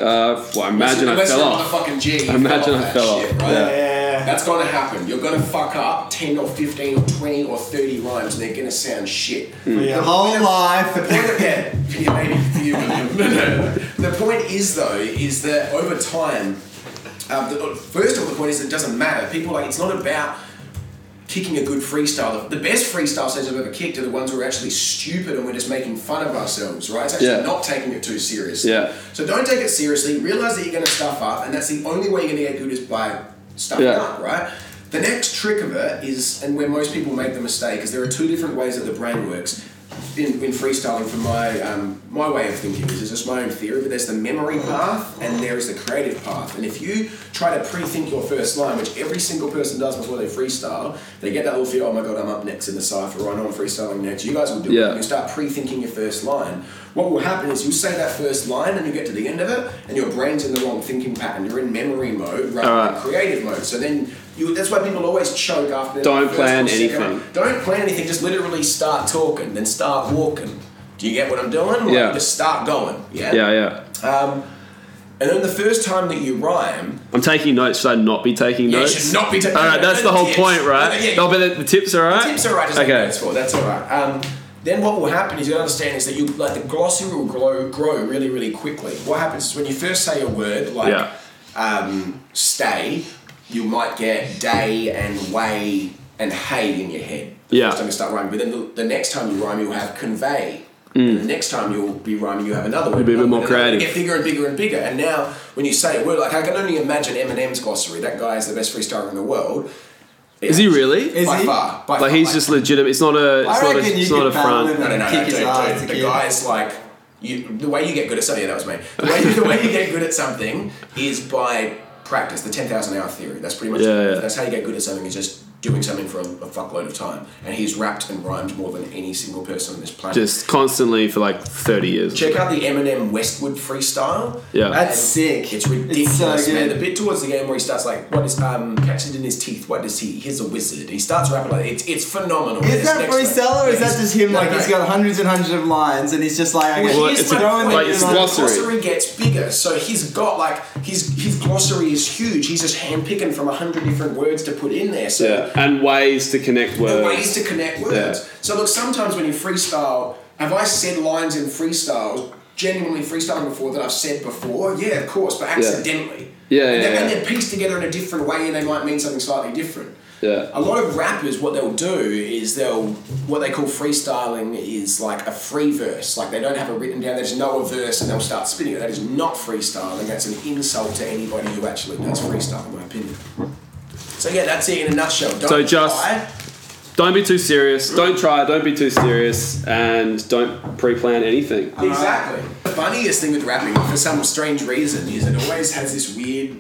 Speaker 1: Uh, well, I imagine I
Speaker 3: Unless
Speaker 1: fell
Speaker 3: you're
Speaker 1: off.
Speaker 3: on the fucking G, you
Speaker 1: Imagine I
Speaker 3: that
Speaker 1: fell
Speaker 3: shit,
Speaker 1: off.
Speaker 3: right?
Speaker 1: Yeah.
Speaker 2: Yeah.
Speaker 3: That's gonna happen. You're gonna fuck up 10 or 15 or 20 or 30 rhymes and they're gonna sound shit.
Speaker 2: Your whole life.
Speaker 3: The point of yeah, yeah, maybe for you, William. No, no. The point is though, is that over time, um, the, first of all, the point is it doesn't matter. People like it's not about kicking a good freestyle. The, the best freestyle sets I've ever kicked are the ones who are actually stupid and we're just making fun of ourselves, right? It's actually
Speaker 1: Yeah.
Speaker 3: not taking it too seriously.
Speaker 1: Yeah.
Speaker 3: So don't take it seriously. Realize that you're going to stuff up, and that's the only way you're going to get good is by stuffing
Speaker 1: Yeah.
Speaker 3: up, right? The next trick of it is, and where most people make the mistake, is there are two different ways that the brain works. In, in freestyling, from my um, my way of thinking, this is just my own theory, but there's the memory path and there is the creative path. And if you try to pre-think your first line, which every single person does before they freestyle, they get that little feel, oh my god, I'm up next in the cipher, or I know I'm freestyling next. You guys will do it.
Speaker 1: Yeah.
Speaker 3: You'll start pre-thinking your first line. What will happen is you'll say that first line and you get to the end of it, and your brain's in the wrong thinking pattern. You're in memory mode rather
Speaker 1: Alright.
Speaker 3: than creative mode. So then you, that's why people always choke after. their
Speaker 1: Don't
Speaker 3: first
Speaker 1: plan
Speaker 3: or second
Speaker 1: anything.
Speaker 3: line. Don't plan anything. Just literally start talking, then start walking. Do you get what I'm doing? Like,
Speaker 1: Yeah.
Speaker 3: Just start going. Yeah.
Speaker 1: Yeah, yeah.
Speaker 3: Um, and then the first time that you rhyme,
Speaker 1: I'm taking notes. Should I not be taking
Speaker 3: Yeah, you
Speaker 1: notes?
Speaker 3: should not be taking-
Speaker 1: All right, that's the whole
Speaker 3: Tips.
Speaker 1: point, right?
Speaker 3: Yeah, yeah.
Speaker 1: No, but the, the tips are right.
Speaker 3: tips are right. Just okay.
Speaker 1: Okay.
Speaker 3: That's all. That's all right. Um, then what will happen is you understand is that you like the glossary will grow grow really really quickly. What happens is when you first say a word like
Speaker 1: Yeah.
Speaker 3: um, stay, you might get day and way and hay in your head. The
Speaker 1: Yeah.
Speaker 3: First time you start rhyming, but then the, the next time you rhyme, you'll have convey. And The next time you'll be rhyming, you have another word.
Speaker 1: You'll Mm. be a bit more
Speaker 3: Another word.
Speaker 1: creative.
Speaker 3: Get bigger and bigger and bigger. And now, when you say a word, like I can only imagine Eminem's glossary. That guy is the best freestyler in the world.
Speaker 1: Is he really?
Speaker 2: Is
Speaker 3: by
Speaker 2: he?
Speaker 3: far? By
Speaker 1: like
Speaker 3: far,
Speaker 1: he's just legitimate. It's not a. It's
Speaker 2: I
Speaker 1: not a.
Speaker 2: reckon you
Speaker 1: It's not
Speaker 2: could
Speaker 1: a
Speaker 2: battle
Speaker 1: front.
Speaker 2: him.
Speaker 3: no, no, no,
Speaker 2: Kick
Speaker 3: no,
Speaker 2: his
Speaker 3: dude,
Speaker 2: ass
Speaker 3: dude, The
Speaker 2: again.
Speaker 3: guy's like, you, the way you get good at something. Yeah, that was me. The way, the way you get good at something is by practice. The ten thousand hour theory. That's pretty much.
Speaker 1: Yeah, yeah.
Speaker 3: That's how you get good at something. Is just doing something for a, a fuckload of time. And he's rapped and rhymed more than any single person on this planet.
Speaker 1: Just constantly for like 30 years.
Speaker 3: Check out the Eminem Westwood freestyle.
Speaker 1: Yeah.
Speaker 2: That's sick.
Speaker 3: It's ridiculous,
Speaker 2: It's so
Speaker 3: man.
Speaker 2: good.
Speaker 3: The bit towards the end where he starts like, "What is um catches it in his teeth? What is he? He's a wizard." He starts rapping like it's it's phenomenal.
Speaker 2: Is
Speaker 3: This
Speaker 2: that
Speaker 3: next-
Speaker 2: freestyle or is
Speaker 3: Yeah,
Speaker 2: that just him?
Speaker 3: no,
Speaker 2: Like
Speaker 3: no.
Speaker 2: he's got hundreds and hundreds of lines, and he's just like, okay,
Speaker 1: Well,
Speaker 3: Here's
Speaker 1: it's
Speaker 3: my
Speaker 1: a-
Speaker 3: point,
Speaker 1: like,
Speaker 3: is
Speaker 1: it's
Speaker 3: that
Speaker 1: glossary.
Speaker 3: gets bigger, so he's got like his his glossary is huge. He's just handpicking from a hundred different words to put in there. So
Speaker 1: Yeah. And ways to connect
Speaker 3: the
Speaker 1: words.
Speaker 3: ways to connect words.
Speaker 1: Yeah.
Speaker 3: So look, sometimes when you freestyle, have I said lines in freestyle, genuinely freestyling before that I've said before? Yeah, of course, but accidentally.
Speaker 1: Yeah, yeah,
Speaker 3: and, they're, and
Speaker 1: yeah.
Speaker 3: they're pieced together in a different way, and they might mean something slightly different.
Speaker 1: Yeah.
Speaker 3: A lot of rappers, what they'll do is they'll what they call freestyling is like a free verse. Like they don't have it written down. There's no a verse, and they'll start spinning it. That is not freestyling. That's an insult to anybody who actually does freestyle, in my opinion. So yeah, that's it in a nutshell. Don't
Speaker 1: So just-
Speaker 3: try.
Speaker 1: Don't be too serious. Don't try. Don't be too serious, and don't pre-plan anything.
Speaker 3: Exactly. The funniest thing with rapping, for some strange reason, is it always has this weird.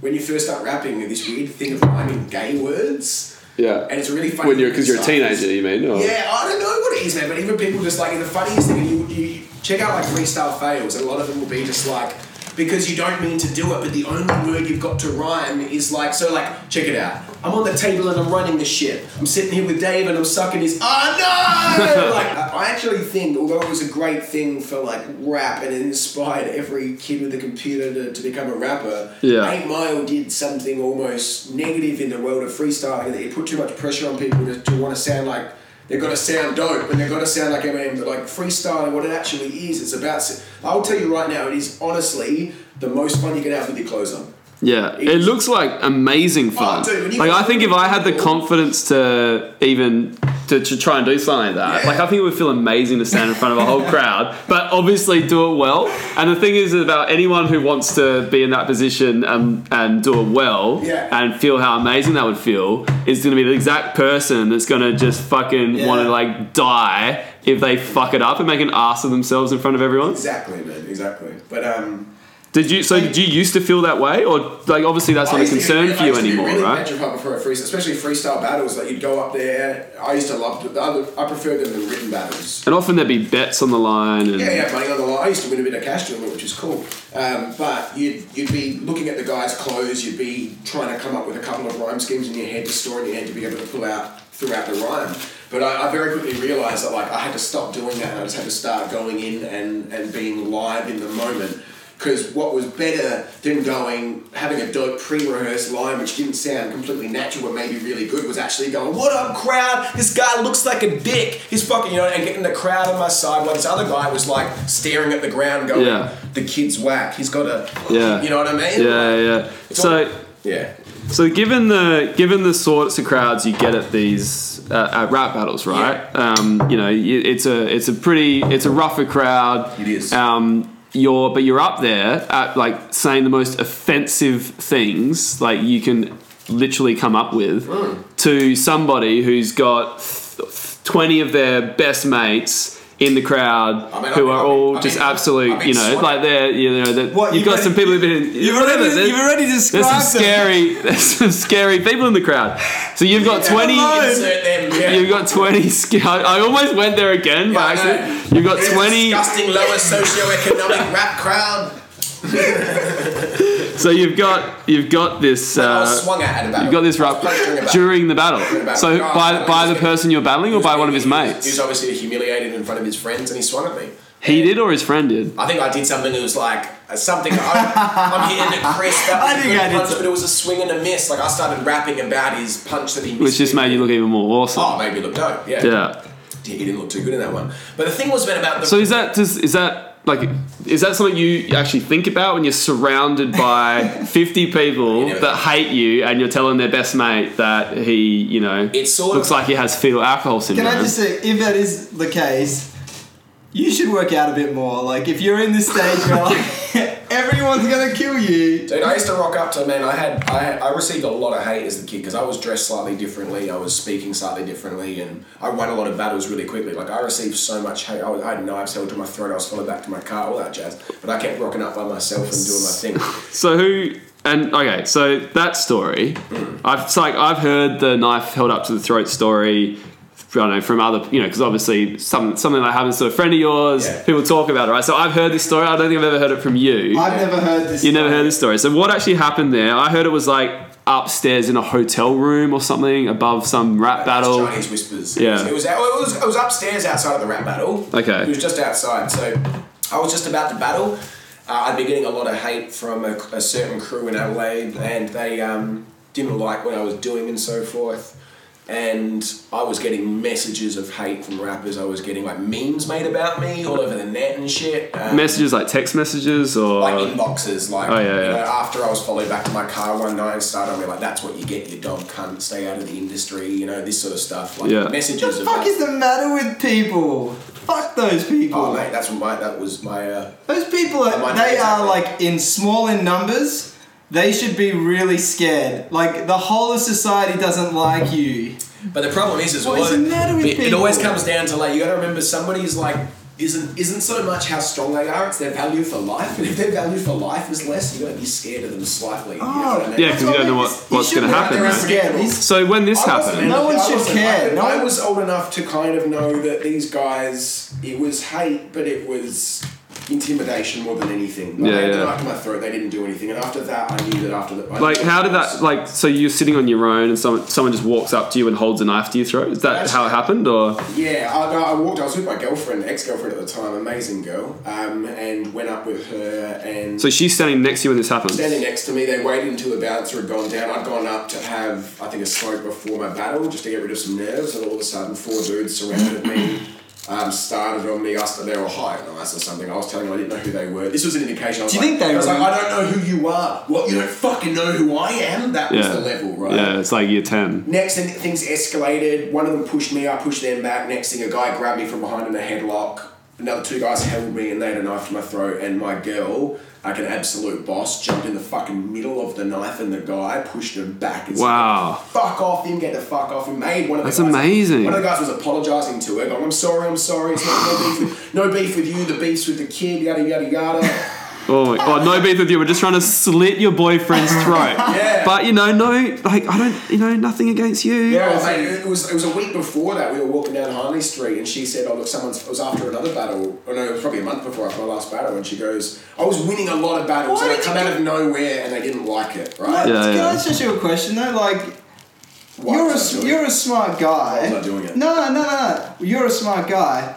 Speaker 3: When you first start rapping, this weird thing of rhyming gay words,
Speaker 1: Yeah.
Speaker 3: and it's really funny
Speaker 1: when you're because you're a
Speaker 3: sometimes.
Speaker 1: teenager, you mean? Or,
Speaker 3: Yeah, I don't know what it is, man. But even people just like the funniest thing, you, you check out like freestyle fails, and a lot of them will be just like because you don't mean to do it, but the only word you've got to rhyme is like so. Like check it out. I'm on the table and I'm running the ship. I'm sitting here with Dave and I'm sucking his. Oh no! like I I actually think, although it was a great thing for like rap and it inspired every kid with a computer to, to become a rapper.
Speaker 1: Yeah.
Speaker 3: Eight Mile did something almost negative in the world of freestyling. That it put too much pressure on people to, to want to sound like they've got to sound dope and they've got to sound like Eminem. But like freestyling, what it actually is, it's about. s- I'll tell you right now, it is honestly the most fun you can have with your clothes on.
Speaker 1: Yeah, it looks like amazing fun.
Speaker 3: Oh, dude, when you
Speaker 1: like I
Speaker 3: first
Speaker 1: think if I had the
Speaker 3: go-
Speaker 1: confidence to even to, to try and do something like that,
Speaker 3: Yeah.
Speaker 1: like I think it would feel amazing to stand in front of a whole crowd, but obviously do it well. And the thing is about anyone who wants to be in that position and and do it well
Speaker 3: Yeah.
Speaker 1: and feel how amazing that would feel is going to be the exact person that's going to just fucking
Speaker 2: Yeah.
Speaker 1: want to like die if they fuck it up and make an ass of themselves in front of everyone.
Speaker 3: Exactly, man. Exactly. But um,
Speaker 1: Did you so did you used to feel that way or like obviously that's
Speaker 3: I
Speaker 1: not a
Speaker 3: used to be-
Speaker 1: concern for
Speaker 3: I
Speaker 1: you
Speaker 3: used to be
Speaker 1: anymore,
Speaker 3: really
Speaker 1: right?
Speaker 3: Petrified before a freestyle, especially freestyle battles. Like you'd go up there. I used to love the other. I preferred them to written battles.
Speaker 1: And often there'd be bets on the line. And
Speaker 3: Yeah, yeah, money on the line. I used to win a bit of cash doing it, which is cool. Um, but you'd, you'd be looking at the guy's clothes, you'd be trying to come up with a couple of rhyme schemes in your head to store in your head to be able to pull out throughout the rhyme. But I, I very quickly realised that like I had to stop doing that and I just had to start going in and, and being live in the moment. Because what was better than going, having a dope pre-rehearsed line which didn't sound completely natural but maybe really good was actually going, what up crowd, this guy looks like a dick. He's fucking, you know, and getting the crowd on my side while this other guy was like staring at the ground going,
Speaker 1: Yeah.
Speaker 3: the kid's whack. He's got a,
Speaker 1: Yeah.
Speaker 3: you know what I mean?
Speaker 1: yeah, yeah. So,
Speaker 3: Yeah.
Speaker 1: so given the given the sorts of crowds you get at these uh, at rap battles, right? Um, you know, y- it's a it's a pretty it's a rougher crowd.
Speaker 3: It is.
Speaker 1: Um, you're but you're up there at like saying the most offensive things like you can literally come up with
Speaker 3: Hmm.
Speaker 1: to somebody who's got th- th- twenty of their best mates. In the crowd,
Speaker 3: I mean, I
Speaker 1: who
Speaker 3: mean,
Speaker 1: are
Speaker 3: I mean-
Speaker 1: all
Speaker 3: I
Speaker 1: just
Speaker 3: mean, I
Speaker 1: absolute,
Speaker 3: mean,
Speaker 1: you know,
Speaker 3: sweat-
Speaker 1: like they're, you know, that you've
Speaker 2: What, you've
Speaker 1: got
Speaker 2: already-
Speaker 1: some people who've been, in,
Speaker 2: You've already,
Speaker 1: whatever, there's-
Speaker 2: you've already described
Speaker 1: there's some
Speaker 2: them.
Speaker 1: scary, there's some scary people in the crowd. So you've got twenty.
Speaker 2: alone.
Speaker 3: Insert them, yeah.
Speaker 1: You've got twenty. sc- I I almost went there again by
Speaker 3: Yeah, I know.
Speaker 1: accident. You've got
Speaker 3: It's a
Speaker 1: twenty.
Speaker 3: Disgusting lower socioeconomic rap crowd.
Speaker 1: So you've got you've got this.
Speaker 3: I
Speaker 1: Uh,
Speaker 3: was swung at at a battle.
Speaker 1: you've got this
Speaker 3: I was
Speaker 1: rap
Speaker 3: punched during a battle.
Speaker 1: during the
Speaker 3: During the
Speaker 1: battle.
Speaker 3: battle.
Speaker 1: So
Speaker 3: Oh,
Speaker 1: by
Speaker 3: no,
Speaker 1: by the
Speaker 3: he's-
Speaker 1: person you're battling, or by one of his
Speaker 3: He was
Speaker 1: mates.
Speaker 3: obviously humiliated in front of his friends, and he swung at me.
Speaker 1: He did, or his friend did.
Speaker 3: I think I did something that was like uh, something. I, I'm hitting at Chris. That was
Speaker 2: I
Speaker 3: a
Speaker 2: think
Speaker 3: good
Speaker 2: I did
Speaker 3: punch,
Speaker 2: too.
Speaker 3: but it was a swing and a miss. Like I started rapping about his punch that he missed.
Speaker 1: Which just made you look even more
Speaker 3: Oh,
Speaker 1: awesome.
Speaker 3: maybe look dope. Yeah.
Speaker 1: Yeah.
Speaker 3: He didn't look too good in that one. But the thing was been about the.
Speaker 1: So is that does, is that like is that something you actually think about when you're surrounded by 50 people
Speaker 3: You know.
Speaker 1: that hate you and you're telling their best mate that he you know
Speaker 3: It's sort of-
Speaker 1: looks like he has fetal alcohol syndrome?
Speaker 2: Can I just say, if that is the case, you should work out a bit more. Like, if you're in this stage where like everyone's gonna kill you,
Speaker 3: Dude, I used to rock up to man. I had I, I received a lot of hate as a kid because I was dressed slightly differently, I was speaking slightly differently, and I won a lot of battles really quickly. Like I received so much hate. I, was, I had knives held to my throat. I was followed back to my car, all that jazz. But I kept rocking up by myself and doing my thing.
Speaker 1: so who and okay, so that story,
Speaker 3: Hmm.
Speaker 1: I've it's like I've heard the knife held up to the throat story. I don't know from other, you know, because obviously some, something that happens to a friend of yours,
Speaker 3: Yeah.
Speaker 1: people talk about it, right? So I've heard this story. I don't think I've ever heard it from you.
Speaker 2: I've never heard this.
Speaker 1: You never heard this story. So what actually happened there? I heard it was like upstairs in a hotel room or something above some rap battle.
Speaker 3: Chinese whispers.
Speaker 1: Yeah.
Speaker 3: It was, it was it was upstairs outside of the rap battle.
Speaker 1: Okay.
Speaker 3: It was just outside. So I was just about to battle. Uh, I'd been getting a lot of hate from a, a certain crew in Adelaide, and they um, didn't like what I was doing and so forth. And I was getting messages of hate from rappers. I was getting like memes made about me all over the net and shit. Um,
Speaker 1: Messages like text messages or
Speaker 3: like inboxes, like
Speaker 1: Oh, yeah,
Speaker 3: you know,
Speaker 1: yeah.
Speaker 3: after I was followed back to my car one night and started on me like that's what you get, you dog cunt, stay out of the industry, you know, this sort of stuff. Like
Speaker 1: Yeah.
Speaker 2: What
Speaker 3: messages
Speaker 2: the
Speaker 3: of
Speaker 2: fuck
Speaker 3: like,
Speaker 2: is the matter with people? Fuck those people.
Speaker 3: Oh mate, that's what my that was my uh,
Speaker 2: Those people
Speaker 3: That
Speaker 2: are,
Speaker 3: might
Speaker 2: they
Speaker 3: be
Speaker 2: are
Speaker 3: exactly.
Speaker 2: like in small in numbers. They should be really scared. Like the whole of society doesn't like you.
Speaker 3: But the problem is, is
Speaker 2: What is
Speaker 3: what-
Speaker 2: the matter with
Speaker 3: it, it always
Speaker 2: people?
Speaker 3: comes down to like you got to remember somebody's like isn't isn't so much how strong they are; it's their value for life. And if their value for life is less, you got to be scared of them slightly. you know
Speaker 2: Oh,
Speaker 3: what I mean?
Speaker 1: Yeah, 'cause you don't know what- what's gonna happen,
Speaker 2: They're
Speaker 1: right?
Speaker 2: scared. These-
Speaker 1: So when this
Speaker 3: I wasn't-
Speaker 1: happened,
Speaker 2: No one
Speaker 3: I
Speaker 2: should
Speaker 3: wasn't-
Speaker 2: care.
Speaker 3: I-
Speaker 2: No
Speaker 3: I
Speaker 2: one-
Speaker 3: was old enough to kind of know that these guys, it was hate, but it was intimidation more than anything. Like,
Speaker 1: Yeah,
Speaker 3: they had
Speaker 1: yeah.
Speaker 3: the knife to my throat, they didn't do anything. And after that, I knew that after the. I
Speaker 1: like
Speaker 3: knew
Speaker 1: how did that like? So you're sitting on your own, and someone someone just walks up to you and holds a knife to your throat. Is that how it happened, or
Speaker 3: Yeah, I, no, I walked. I was with my girlfriend, ex-girlfriend at the time, amazing girl, um, and went up with her and.
Speaker 1: so she's standing next to you when this happens?
Speaker 3: Standing next to me, they waited until the bouncer had gone down. I'd gone up to have, I think, a smoke before my battle, just to get rid of some nerves. And all of a sudden, four dudes surrounded me, um, started on me, asked that they were high on us or something. I was telling them I didn't know who they were. This was an indication. I was
Speaker 2: Do you
Speaker 3: like,
Speaker 2: think they
Speaker 3: I was
Speaker 2: were-
Speaker 3: like, I don't know who you are. What you don't fucking know who I am. That was
Speaker 1: Yeah,
Speaker 3: the level, right?
Speaker 1: Yeah, it's like year ten.
Speaker 3: Next thing, things escalated. One of them pushed me. I pushed them back. Next thing, a guy grabbed me from behind in a headlock. Another two guys held me and they had a knife to my throat. And my girl, like an absolute boss, jumped in the fucking middle of the knife and the guy pushed him back. And said,
Speaker 1: Wow.
Speaker 3: Fuck off him. Get the fuck off him. Made one of the
Speaker 1: That's
Speaker 3: guys-
Speaker 1: amazing.
Speaker 3: One of the guys was apologising to her, going, "I'm sorry. I'm sorry. It's not no beef. With, no beef with you. The beef's with the kid. Yada yada yada."
Speaker 1: Oh my god, no beef with you. We're just trying to slit your boyfriend's throat.
Speaker 3: Yeah.
Speaker 1: But you know, no, like I don't, you know, nothing against you.
Speaker 3: Yeah, well, mate, it was it was a week before that. We were walking down Harley Street, and she said, "Oh look, someone's." It was after another battle. Oh no, it was probably a month before after my last battle. And she goes, "I was winning a lot of battles,
Speaker 2: Why
Speaker 3: and I
Speaker 2: did
Speaker 3: come out of nowhere, and they didn't like it,
Speaker 2: Like,
Speaker 3: right?
Speaker 1: Yeah,
Speaker 2: Can
Speaker 1: yeah.
Speaker 2: I just ask you a question though? Like,
Speaker 3: Why
Speaker 2: you're a
Speaker 3: was I doing
Speaker 2: you're
Speaker 3: it?
Speaker 2: a smart guy.
Speaker 3: Why was I doing it?
Speaker 2: No, no, no, no. You're a smart guy.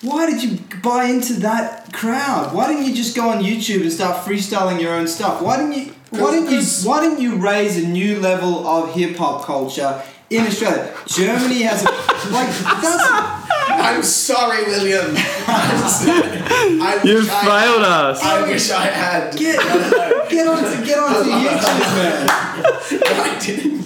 Speaker 2: Why did you buy into that crowd? Why didn't you just go on YouTube and start freestyling your own stuff? Why didn't you? Why didn't you?
Speaker 3: Because-
Speaker 2: Why didn't you raise a new level of hip hop culture in Australia? Germany has a like that's
Speaker 3: I'm sorry, William. I'm sorry. I
Speaker 1: You
Speaker 3: wish I-
Speaker 1: failed us.
Speaker 3: I wish I had.
Speaker 2: Get-
Speaker 3: I don't know.
Speaker 2: get onto get onto YouTube, man.
Speaker 3: I didn't.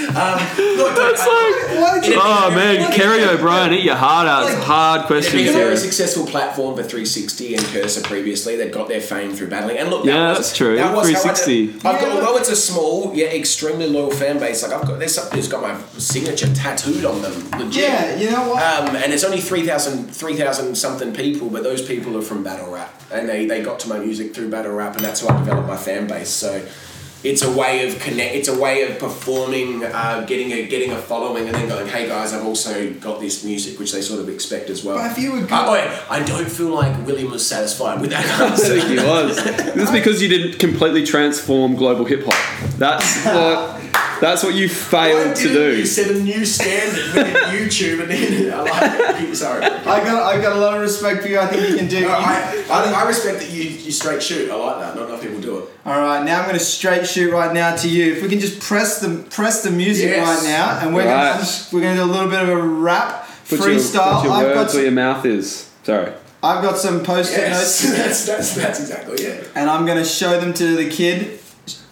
Speaker 3: Um, look, I-
Speaker 2: Why did you?
Speaker 1: Oh man,
Speaker 2: why did
Speaker 1: Kerry
Speaker 2: you-
Speaker 1: O'Brien, eat your heart out. It's
Speaker 2: Like-
Speaker 1: hard questions
Speaker 3: Because they were
Speaker 1: here.
Speaker 3: a successful platform for 360 and Cursor previously. They'd got their fame through battling. And look, that
Speaker 1: Yeah,
Speaker 3: was-
Speaker 1: that's true.
Speaker 3: That was how I did-
Speaker 1: 360.
Speaker 3: I've got,
Speaker 2: Yeah.
Speaker 3: although it's a small yet extremely loyal fan base, like I've got there's somebody who's got my signature tattooed on them. Legit.
Speaker 2: Yeah, you know what?
Speaker 3: Um, and it's only 3,000 3,000 something people, but those people are from battle rap, and they, they got to my music through battle rap, and that's how I developed my fan base. So it's a way of connect. It's a way of performing, uh, getting a getting a following, and then going, hey guys, I've also got this music, which they sort of expect as well.
Speaker 2: But if you were
Speaker 3: Uh, wait, I don't feel like William was satisfied with that answer.
Speaker 1: He was. This is because you didn't completely transform global hip hop. That's what. That's what you
Speaker 3: Why
Speaker 1: failed to
Speaker 3: didn't You
Speaker 1: do.
Speaker 3: set a new standard with YouTube, and then I like it. Sorry.
Speaker 2: I got I got a lot of respect for you. I think you can do.
Speaker 3: No,
Speaker 2: you-
Speaker 3: I, I, I respect that you, you straight shoot. I like that. Not enough people do it.
Speaker 2: All right, now I'm going to straight shoot right now to you. If we can just press the press the music
Speaker 3: Yes.
Speaker 2: right now, and we're
Speaker 1: Right.
Speaker 2: going to we're going to do a little bit of a rap
Speaker 1: Put your,
Speaker 2: freestyle.
Speaker 1: put your
Speaker 2: I've got
Speaker 1: words where your
Speaker 2: some,
Speaker 1: mouth is. Sorry.
Speaker 2: I've got some post-it
Speaker 3: Yes,
Speaker 2: notes,
Speaker 3: that's, that's, that's exactly it.
Speaker 2: and I'm going to show them to the kid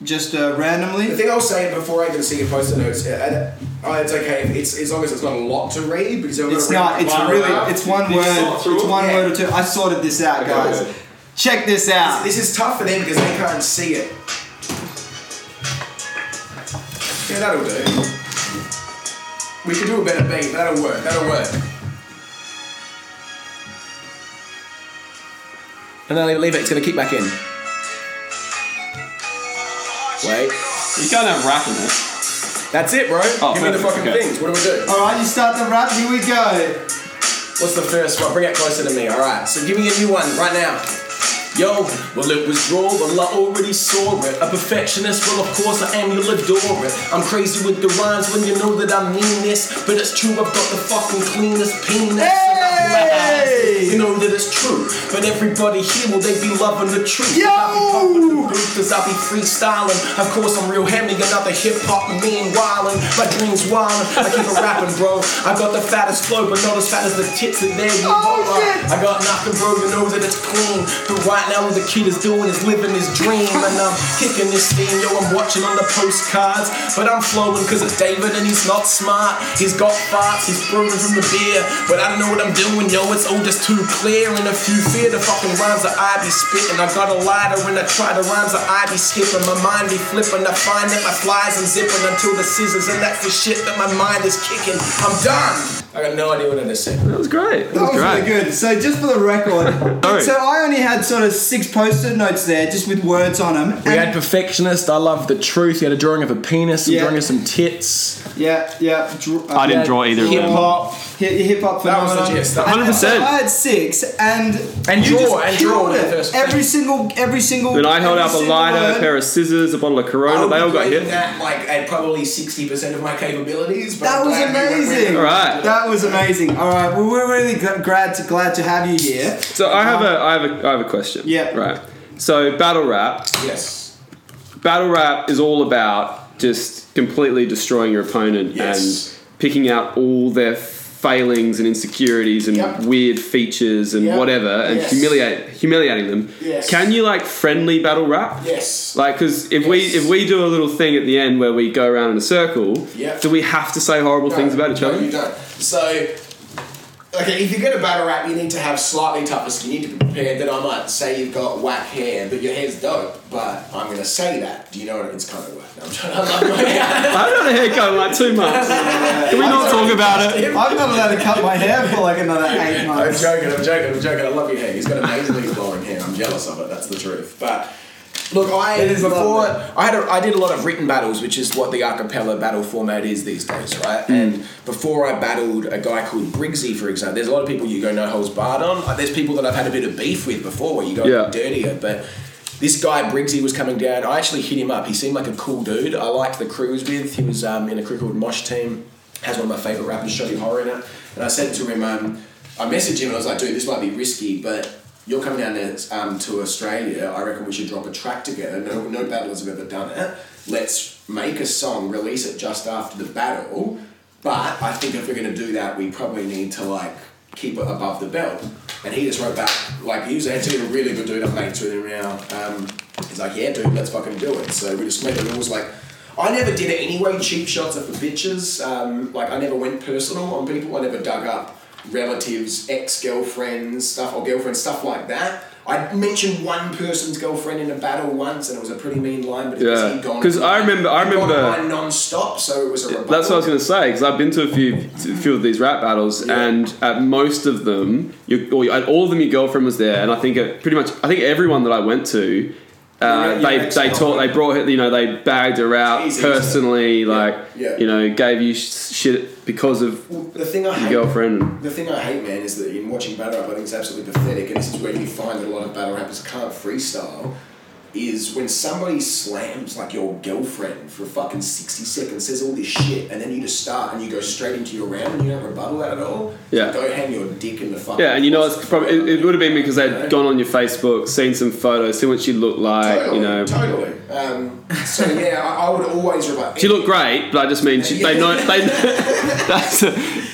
Speaker 2: just uh,
Speaker 3: The
Speaker 2: randomly.
Speaker 3: thing I'll say before I even see your post-it notes, uh, uh, it's okay. if It's as long as it's not a lot to read because I'm
Speaker 2: It's
Speaker 3: gonna
Speaker 2: not.
Speaker 3: read
Speaker 2: It's
Speaker 3: mine
Speaker 2: really.
Speaker 3: aloud.
Speaker 2: It's one
Speaker 1: you
Speaker 2: word.
Speaker 1: sort
Speaker 2: It's
Speaker 1: through it?
Speaker 2: one
Speaker 3: Yeah.
Speaker 2: word or two. I sorted this out, guys.
Speaker 3: good.
Speaker 2: Check this out.
Speaker 3: This is tough for them because they can't see it. Yeah, that'll do. We could do a better beat. That'll work. That'll work. And then leave it. It's gonna kick back in. Wait.
Speaker 1: You can't have rap in it.
Speaker 3: That's it, bro.
Speaker 1: Oh,
Speaker 3: Give me the
Speaker 1: perfect,
Speaker 3: fucking
Speaker 1: okay.
Speaker 3: things. What do we do?
Speaker 2: All right, you start the rap. Here we go.
Speaker 3: What's the first one? Bring it closer to me. All right. So give me a new one right now. Yo, well it was raw, well I already saw it. A perfectionist, well of course I am, you'll adore it. I'm crazy with the rhymes when you know that I mean this, but it's true I've got the fucking cleanest penis.
Speaker 2: Hey!
Speaker 3: You know that it's true, but everybody here, will they be loving the truth?
Speaker 2: Yo!
Speaker 3: I'll be popping the booth Cause I'll be freestyling. Of course, I'm real hammy, another hip hop mean wildin'. My dreams wildin'. I keep it rapping, bro. I got the fattest flow, but not as fat as the tits that they be.
Speaker 2: Oh, shit.
Speaker 3: I got nothing, bro. You know that it's clean. But right now, all the kid is doing is living his dream. And I'm kicking this theme, yo. I'm watching on the postcards. But I'm flowing cause it's David and he's not smart. He's got farts, he's brewing from the beer. But I don't know what I'm doing, yo. It's all just too clear. And if you fear the fucking rhymes that I be spitting, I got a lighter when I try the rhymes that I
Speaker 4: I be skipping, my mind be flipping. I find that my flies unzipping until the scissors, and that's the shit that my mind is kicking. I'm done.
Speaker 3: I got no idea what I just said.
Speaker 1: That was great. That,
Speaker 2: That was
Speaker 1: great.
Speaker 2: really good. So just for the record,
Speaker 1: Sorry.
Speaker 2: so I only had sort of six post-it notes there, just with words on them.
Speaker 5: We had perfectionist. I love the truth. He had a drawing of a penis. A
Speaker 2: Yeah.
Speaker 5: drawing of some tits.
Speaker 2: yeah, yeah. Dr- uh,
Speaker 5: I didn't draw either of them.
Speaker 2: Hip hop, hip hop.
Speaker 3: That was the gist. That
Speaker 1: Hundred
Speaker 2: So
Speaker 1: percent.
Speaker 2: I had six, and
Speaker 5: And
Speaker 2: you
Speaker 5: draw,
Speaker 2: just
Speaker 3: and draw
Speaker 2: killed
Speaker 3: with the
Speaker 2: it.
Speaker 3: first
Speaker 2: every single, every single.
Speaker 1: Then I held
Speaker 2: every
Speaker 1: up a
Speaker 2: single
Speaker 1: lighter, a
Speaker 2: word.
Speaker 1: pair of scissors, a bottle of Corona. They all got hit.
Speaker 3: That like at probably sixty percent of my capabilities. But
Speaker 2: That
Speaker 3: I'm
Speaker 2: was
Speaker 3: glad we went with it.
Speaker 2: amazing.
Speaker 1: All right.
Speaker 2: That was amazing. All right. Well, we're really gl- glad to glad to have you here.
Speaker 1: So I have a, I have a, I have a question.
Speaker 2: Yeah.
Speaker 1: Right. So battle rap.
Speaker 3: Yes.
Speaker 1: Battle rap is all about just completely destroying your opponent
Speaker 3: Yes.
Speaker 1: and picking out all their failings and insecurities and
Speaker 3: Yep.
Speaker 1: weird features and
Speaker 3: Yep.
Speaker 1: whatever and
Speaker 3: Yes.
Speaker 1: humiliate humiliating them.
Speaker 3: Yes.
Speaker 1: Can you like friendly battle rap?
Speaker 3: Yes.
Speaker 1: Like, because if we
Speaker 3: Yes.
Speaker 1: if we do a little thing at the end where we go around in a circle,
Speaker 3: Yep.
Speaker 1: do we have to say horrible things about each
Speaker 3: no,
Speaker 1: other?
Speaker 3: You don't. So. Okay, if you're going to battle rap, you need to have slightly tougher skin. You need to be prepared that I might say you've got whack hair, but your hair's dope, but I'm going to say that. Do you know what? It's kind of whack. I'm trying to love my hair.
Speaker 1: I haven't had a haircut in like two months. Can we not talk about it?
Speaker 2: I'm not allowed to cut my hair for like another eight
Speaker 3: I'm
Speaker 2: months.
Speaker 3: joking, I'm joking, I'm joking. I love your hair. He's got amazingly flowing hair. I'm jealous of it, that's the truth. But look, I
Speaker 2: It is
Speaker 3: before
Speaker 2: lovely.
Speaker 3: I had a, I did a lot of written battles, which is what the acapella battle format is these days, right?
Speaker 2: Hmm.
Speaker 3: And before I battled a guy called Briggsy, for example, there's a lot of people you go no holes barred on. Uh, There's people that I've had a bit of beef with before where you go
Speaker 1: Yeah.
Speaker 3: dirtier, but this guy Briggsy was coming down. I actually hit him up. He seemed like a cool dude. I liked the crew he was with. He was um, in a crew called Mosh Team. Has one of my favorite rappers, Shoddy Horror, in it. And I said to him, um, I messaged him and I was like, dude, this might be risky, but you're coming down to, um, to Australia. I reckon we should drop a track together. No, no battlers have ever done it. Let's make a song, release it just after the battle. But I think if we're going to do that, we probably need to like keep it above the belt. And he just wrote back, like, he was actually a really good dude. I'm mates with him now. Um, he's like, yeah, dude, let's fucking do it. So we just made the rules like, I never did it anyway. Cheap shots are for bitches. Um, like, I never went personal on people. I never dug up relatives, ex girlfriends, stuff, or girlfriends, stuff like that. I mentioned one person's girlfriend in a battle once, and it was a pretty mean line, but it was
Speaker 1: Yeah.
Speaker 3: he gone.
Speaker 1: 'Cause I remember- I
Speaker 3: He'd gone
Speaker 1: remember-
Speaker 3: online non-stop, so it was a rebuttal.
Speaker 1: That's what I was going to say because I've been to a few a few of these rap battles,
Speaker 3: Yeah.
Speaker 1: and at most of them, you, or at all of them, your girlfriend was there, and I think it, pretty much, I think everyone that I went to, uh,
Speaker 3: Yeah,
Speaker 1: they
Speaker 3: yeah,
Speaker 1: they taught, they brought her, you know, they bagged her out
Speaker 3: It's easy, isn't it?
Speaker 1: personally, like
Speaker 3: yeah.
Speaker 1: you know, gave you sh- shit because of
Speaker 3: Well, the thing I
Speaker 1: your
Speaker 3: hate,
Speaker 1: girlfriend.
Speaker 3: The thing I hate, man, is that in watching battle rap, I think it's absolutely pathetic, and this is where you find that a lot of battle rappers can't freestyle. Is when somebody slams like your girlfriend for fucking sixty seconds, says all this shit, and then you just start and you go straight into your round and you don't rebuttal that at all.
Speaker 1: Yeah.
Speaker 3: Go hang your dick in the fucking.
Speaker 1: Yeah, and you know, it's probably it, it would have been because they'd gone on your Facebook, seen some photos, seen what she looked like,
Speaker 3: Totally,
Speaker 1: you know.
Speaker 3: Totally. Um, so yeah, I, I would always rebut.
Speaker 1: She looked great, but I just mean she, they know they. that's,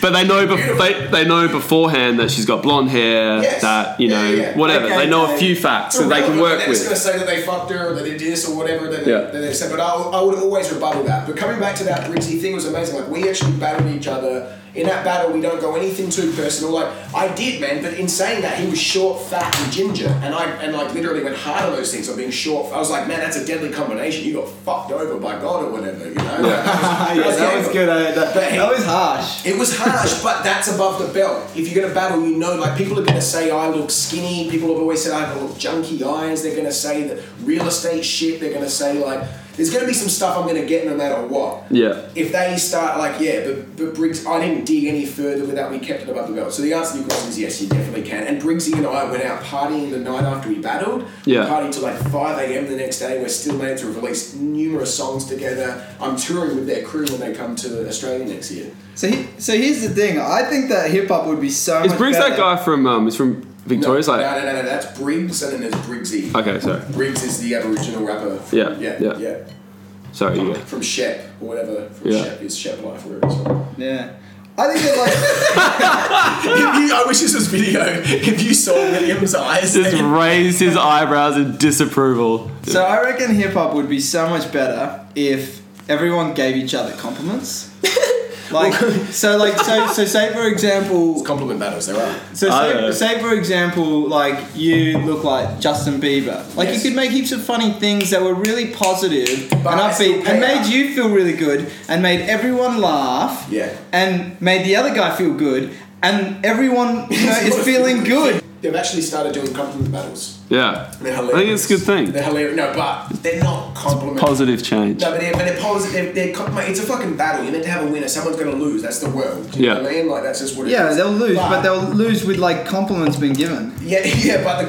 Speaker 1: but they know bef- they, they know beforehand that she's got blonde hair.
Speaker 3: Yes.
Speaker 1: That you
Speaker 3: Yeah,
Speaker 1: know
Speaker 3: yeah, yeah.
Speaker 1: whatever
Speaker 2: Okay,
Speaker 1: they know
Speaker 2: okay.
Speaker 1: a few facts that they can work
Speaker 3: They're just going
Speaker 1: with.
Speaker 3: to say that they fucked her or that they did this or whatever that,
Speaker 1: Yeah.
Speaker 3: they, that they said. But I, I would always rebuttal that. But coming back to that Briggsy thing was amazing. Like, we actually battled each other. In that battle, we don't go anything too personal. Like, I did, man. But in saying that, he was short, fat, and ginger. And I, and like, literally went hard on those things on being short. I was like, man, that's a deadly combination. You got fucked over by God or whatever, you know?
Speaker 2: Ah, yeah, that was good. I, that,
Speaker 3: But-
Speaker 2: that was harsh.
Speaker 3: It was harsh, but that's above the belt. If you're gonna battle, you know, like people are gonna say I look skinny. People have always said I have look junky eyes. They're gonna say that real estate shit. They're gonna say like there's gonna be some stuff I'm gonna get no matter what.
Speaker 1: Yeah.
Speaker 3: If they start like yeah, but but Briggs, I didn't dig any further without we kept it above the belt. So the answer to your question is yes, you definitely can. And Briggsy and I went out partying the night after we battled. We
Speaker 1: Yeah.
Speaker 3: partied till like 5 a.m. the next day. We're still made to have released numerous songs together. I'm touring with their crew when they come to Australia next year.
Speaker 2: So, he, so here's the thing. I think that hip hop would be so.
Speaker 1: Is
Speaker 2: much
Speaker 1: Briggs
Speaker 2: better.
Speaker 1: that guy from? Um, is from Victoria's?
Speaker 3: no,
Speaker 1: like
Speaker 3: no, no, no, no, that's Briggs and then there's Briggsy.
Speaker 1: okay, sorry,
Speaker 3: Briggs is the Aboriginal rapper. From,
Speaker 1: Yeah,
Speaker 3: yeah,
Speaker 1: yeah. sorry, you go.
Speaker 3: From Shep or whatever. From
Speaker 1: Yeah.
Speaker 3: Shep is Shep Life, whatever it's from.
Speaker 2: Yeah. I think that like.
Speaker 3: If you- I wish this was video. If you saw William's eyes,
Speaker 1: Just raised his eyebrows in disapproval.
Speaker 2: So I reckon hip hop would be so much better if everyone gave each other compliments. Like so, like so, so. Say for example,
Speaker 4: Compliment battles, there are.
Speaker 2: so
Speaker 1: I don't know.
Speaker 2: say, say for example, like you look like Justin Bieber. Like
Speaker 4: Yes.
Speaker 2: you could make heaps of funny things that were really positive and
Speaker 4: I still
Speaker 2: upbeat,
Speaker 4: pay
Speaker 2: and made
Speaker 4: out.
Speaker 2: you feel really good, and made everyone laugh.
Speaker 4: Yeah.
Speaker 2: And made the other guy feel good, and everyone you know, is feeling good.
Speaker 4: They've actually started doing compliment battles.
Speaker 1: Yeah.
Speaker 4: They're
Speaker 1: I
Speaker 4: hilarious.
Speaker 1: think it's a good thing.
Speaker 4: They're hilarious. No, but they're not compliment.
Speaker 1: Positive change.
Speaker 4: No, but they're, but they're positive. They're, they're, com- mate, it's a fucking battle. You're meant to have a winner. Someone's going to lose. That's the world. Do you know
Speaker 1: Yeah.
Speaker 4: what I mean? Like, that's just what it
Speaker 2: Yeah,
Speaker 4: is.
Speaker 2: they'll lose, but they'll lose with like compliments being given.
Speaker 4: Yeah, yeah, but the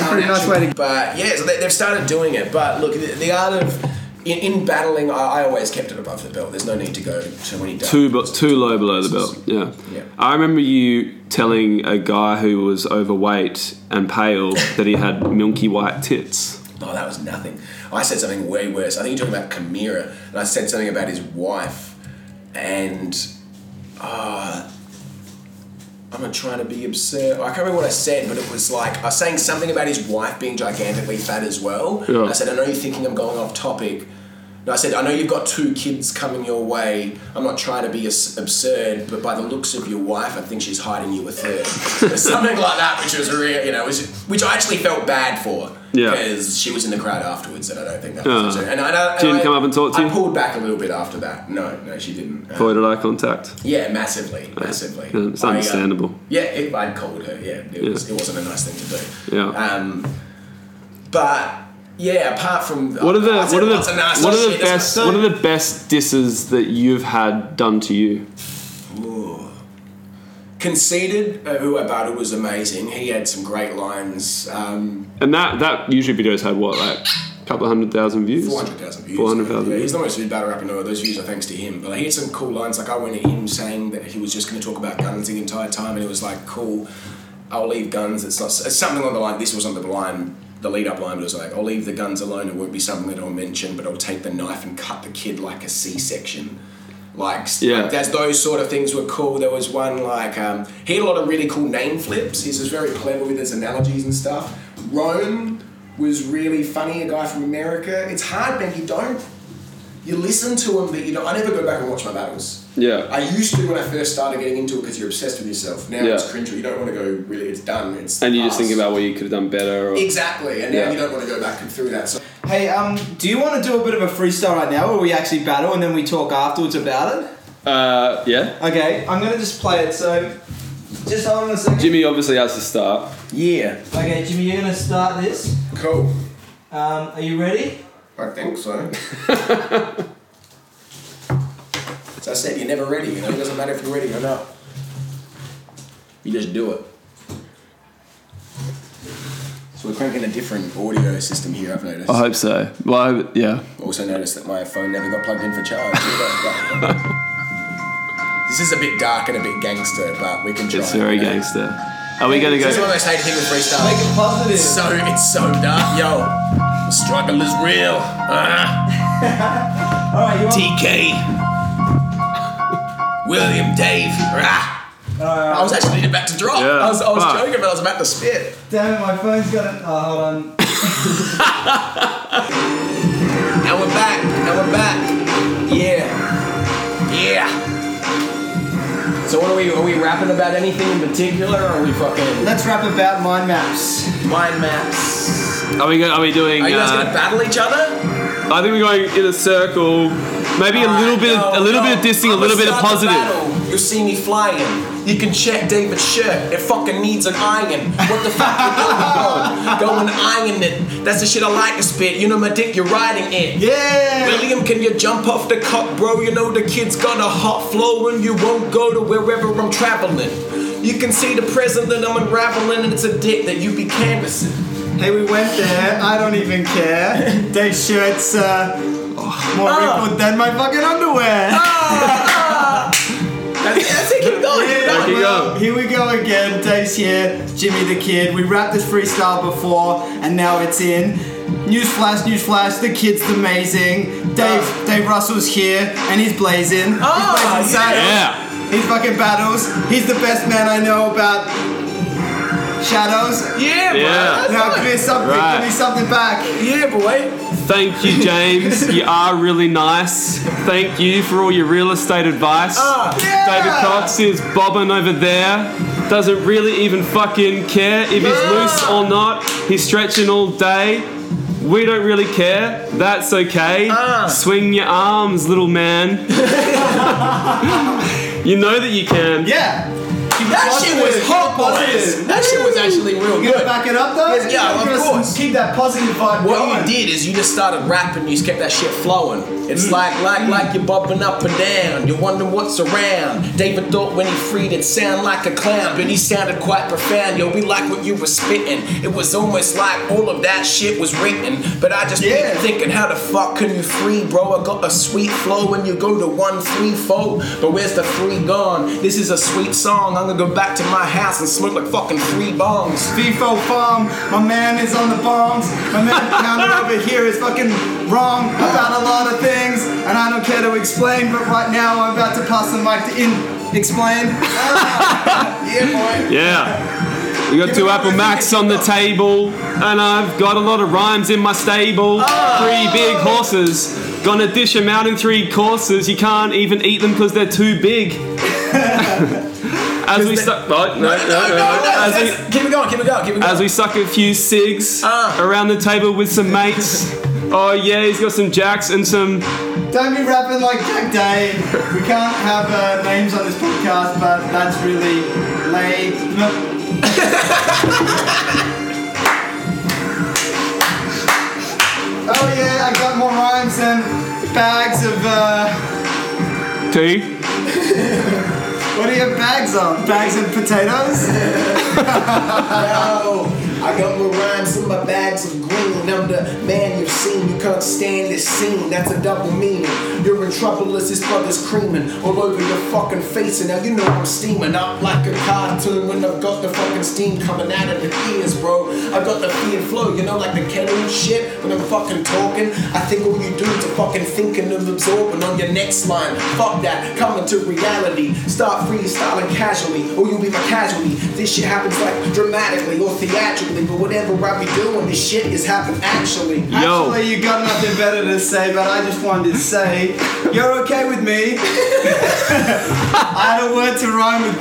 Speaker 2: That's a
Speaker 4: aren't
Speaker 2: pretty nice
Speaker 4: actual-
Speaker 2: way to-
Speaker 4: But yeah, so they, they've started doing it. But look, the, the art of in, in battling, I, I always kept it above the belt. There's no need to go too many. dark
Speaker 1: Too, bu-
Speaker 4: places.
Speaker 1: too low below the belt. Yeah.
Speaker 4: Yeah.
Speaker 1: I remember you telling a guy who was overweight and pale that he had milky white tits.
Speaker 4: Oh, that was nothing. I said something way worse. I think you're talking about Chimera, and I said something about his wife, and uh, I'm not trying to be absurd. I can't remember what I said, but it was like I was saying something about his wife being gigantically fat as well.
Speaker 1: Yeah.
Speaker 4: I said, I know you're thinking I'm going off topic. And I said, I know you've got two kids coming your way. I'm not trying to be as absurd, but by the looks of your wife, I think she's hiding you a third. Something like that, which was real, you know, which, which I actually felt bad for.
Speaker 1: Yeah.
Speaker 4: Because she was in the crowd afterwards, and I don't think that was
Speaker 1: Uh,
Speaker 4: absurd. And I, and I,
Speaker 1: she didn't
Speaker 4: I-
Speaker 1: come up and talk to
Speaker 4: I
Speaker 1: you?
Speaker 4: pulled back a little bit after that. No, no, she didn't. Uh,
Speaker 1: Avoided eye contact.
Speaker 4: yeah, massively, massively.
Speaker 1: Yeah, it's
Speaker 4: I, uh,
Speaker 1: understandable.
Speaker 4: yeah, it, I'd called her. Yeah, it, Was, it wasn't a nice thing to do.
Speaker 1: Yeah.
Speaker 4: Um, but yeah, apart from
Speaker 1: What are the
Speaker 4: I said
Speaker 1: what are the
Speaker 4: lots of nasty
Speaker 1: what are the
Speaker 4: shit, that's
Speaker 1: best what are the best disses that you've had done to you?
Speaker 4: conceded uh, who I battled was amazing. He had some great lines. Um,
Speaker 1: And that that YouTube video's had what like a couple of hundred thousand views.
Speaker 4: Four hundred thousand views.
Speaker 1: Four hundred thousand
Speaker 4: Yeah,
Speaker 1: views.
Speaker 4: he's the most viewed battle rapper in the world. Those views are thanks to him. But like, he had some cool lines. Like I went at him saying that he was just going to talk about guns the entire time, and it was like, cool. I'll leave guns. It's not it's something on the line. This wasn't the line, the lead up line. But it was like, I'll leave the guns alone. It won't be something that I'll mention, but I'll take the knife and cut the kid like a C section. Like,
Speaker 1: Yeah.
Speaker 4: like that's those sort of things were cool. There was one like um, he had a lot of really cool name flips. He's just very clever with his analogies and stuff. Rome was really funny. A guy from America. It's hard, man. You don't. You listen to him, but you don't. I never go back and watch my battles. I
Speaker 1: Yeah.
Speaker 4: used to when I first started getting into it because you're obsessed with yourself. Now
Speaker 1: Yeah.
Speaker 4: it's cringe. You don't want to go. Really, it's done. It's
Speaker 1: And you just think
Speaker 4: past.
Speaker 1: about what you could have done better. Or,
Speaker 4: exactly. And now
Speaker 1: Yeah.
Speaker 4: you don't want to go back and through that. So
Speaker 2: Hey, um, do you want to do a bit of a freestyle right now, where we actually battle and then we talk afterwards about it?
Speaker 1: Uh, yeah.
Speaker 2: Okay, I'm gonna just play it. So, just hold on a second.
Speaker 1: Jimmy obviously has to start.
Speaker 4: yeah,
Speaker 2: Okay, Jimmy, you're gonna start this.
Speaker 4: cool.
Speaker 2: Um, are you ready?
Speaker 4: I think so. As I said, you're never ready. You know, it doesn't matter if you're ready or not. You just do it. So we're cranking a different audio system here. I've noticed.
Speaker 1: hope so. Well, yeah.
Speaker 4: Also noticed that my phone never got plugged in for charge. this is a bit dark and a bit gangster, but we can try.
Speaker 1: It's very
Speaker 4: you know.
Speaker 1: gangster. Are we gonna
Speaker 4: This is
Speaker 1: go?
Speaker 4: one of those hated people freestyle.
Speaker 2: Make it positive.
Speaker 4: It's so it's so dark, yo. The struggle is real. Uh,
Speaker 2: All right, you want?
Speaker 4: DK. William Dave. Ah. I was actually about to drop.
Speaker 1: Yeah,
Speaker 4: I was, I was
Speaker 1: fuck.
Speaker 4: joking, but I was about to spit.
Speaker 2: Damn it, my phone's got it. Oh, hold on.
Speaker 4: And we're back. And we're back. Yeah. Yeah. So what are we? Are we rapping about anything in particular, or are we fucking
Speaker 2: Let's rap about mind maps.
Speaker 4: mind maps?
Speaker 1: Are we go, Are we doing?
Speaker 4: Are you guys
Speaker 1: uh,
Speaker 4: gonna battle each other?
Speaker 1: I think we're going in a circle. Maybe a little bit, of, a little bit of dissing, a little bit of positive.
Speaker 4: You'll see me flying. You can check David's shirt. It fucking needs an iron. What the fuck you doing, bro? Go and iron it. That's the shit I like to spit. You know my dick, you're riding it.
Speaker 2: Yeah.
Speaker 4: William, can you jump off the cup, bro? You know the kid's got a hot flow and you won't go to wherever I'm traveling. You can see the present that I'm unraveling, and it's a dick that you be canvassing.
Speaker 2: Hey, we went there. I don't even care. They shirts uh, more
Speaker 4: Ah.
Speaker 2: wrinkled than my fucking underwear.
Speaker 4: That's, that's it, keep going. keep
Speaker 2: Yeah,
Speaker 4: going.
Speaker 1: you
Speaker 2: well,
Speaker 1: go.
Speaker 2: Here we go again. Dave's here. Jimmy the Kid. We wrapped this freestyle before, and now it's in. Newsflash, newsflash. The Kid's amazing. Dave, Dave Russell's here, and he's blazing. he's
Speaker 4: Ah,
Speaker 2: blazing saddles.
Speaker 1: Yeah.
Speaker 2: He's fucking battles. He's the best man I know about shadows.
Speaker 4: Yeah,
Speaker 1: Yeah.
Speaker 4: bro.
Speaker 2: Now, give me something.
Speaker 1: Right.
Speaker 2: Give me something back.
Speaker 4: Yeah, boy.
Speaker 1: Thank you, James. you are really nice. Thank you for all your real estate advice.
Speaker 4: Ah.
Speaker 1: David Cox is bobbing over there. Doesn't really even fucking care if he's loose or not. He's stretching all day. We don't really care. That's okay. Swing your arms, little man. you know that you can.
Speaker 2: Yeah.
Speaker 4: That shit was hot, boys. That shit was actually real
Speaker 2: You gonna
Speaker 4: good.
Speaker 2: back it up though?
Speaker 4: Yes, yeah,
Speaker 2: You
Speaker 4: of
Speaker 2: gonna
Speaker 4: course.
Speaker 2: Keep that positive vibe going.
Speaker 4: What you did is you just started rapping, you just kept that shit flowing. It's like, like, like you're bobbing up and down. You're wondering what's around. David thought when he freed it sound like a clown, but he sounded quite profound. Yo, we like what you were spitting. It was almost like all of that shit was written. But I just
Speaker 2: Yeah.
Speaker 4: keep thinking, how the fuck can you free, bro? I got a sweet flow when you go to one, three, four. But where's the three gone? This is a sweet song. I'm gonna go back to my house and smoke like fucking three bongs.
Speaker 2: FIFO farm, my man is on the bombs. My man counting over here is fucking wrong about a lot of things, and I don't care to explain, but right now I'm about to pass the mic to in explain.
Speaker 3: Yeah, boy.
Speaker 1: Yeah. We got two Apple Macs on the table, and I've got a lot of rhymes in my stable. Three big horses, gonna dish them out in three courses. You can't even eat them because they're too big. As we suck, right, no, no, no,
Speaker 4: No, no, no,
Speaker 1: As we,
Speaker 4: that's- keep it going, keep it going, keep it going.
Speaker 1: as we suck a few cigs
Speaker 4: Ah.
Speaker 1: around the table with some mates. Oh yeah, he's got some jacks and some.
Speaker 2: Don't be rapping like Jack Day. We can't have uh, names on this podcast, but that's really late. No, oh yeah, I got more rhymes than bags of. Uh,
Speaker 1: Two.
Speaker 2: What do you have bags on? Bags and potatoes?
Speaker 4: I got more rhymes in my bags of green. I'm the man you've seen. You can't stand this scene. That's a double meaning. You're in trouble as this brother's creaming all over your fucking face. And now you know I'm steaming up like a cartoon when I've got the fucking steam coming out of the ears, bro. I've got the fear flow, you know, like the kettle and shit. When I'm fucking talking, I think all you do is fucking thinking of absorbing on your next line. Fuck that. Coming to reality. Start freestyling casually, or you'll be my casualty. This shit happens like dramatically or theatrically, but whatever I be doing, this shit is happening actually.
Speaker 1: Yo.
Speaker 2: Actually, you got nothing better to say, but I just wanted to say you're okay with me. I had a word to rhyme with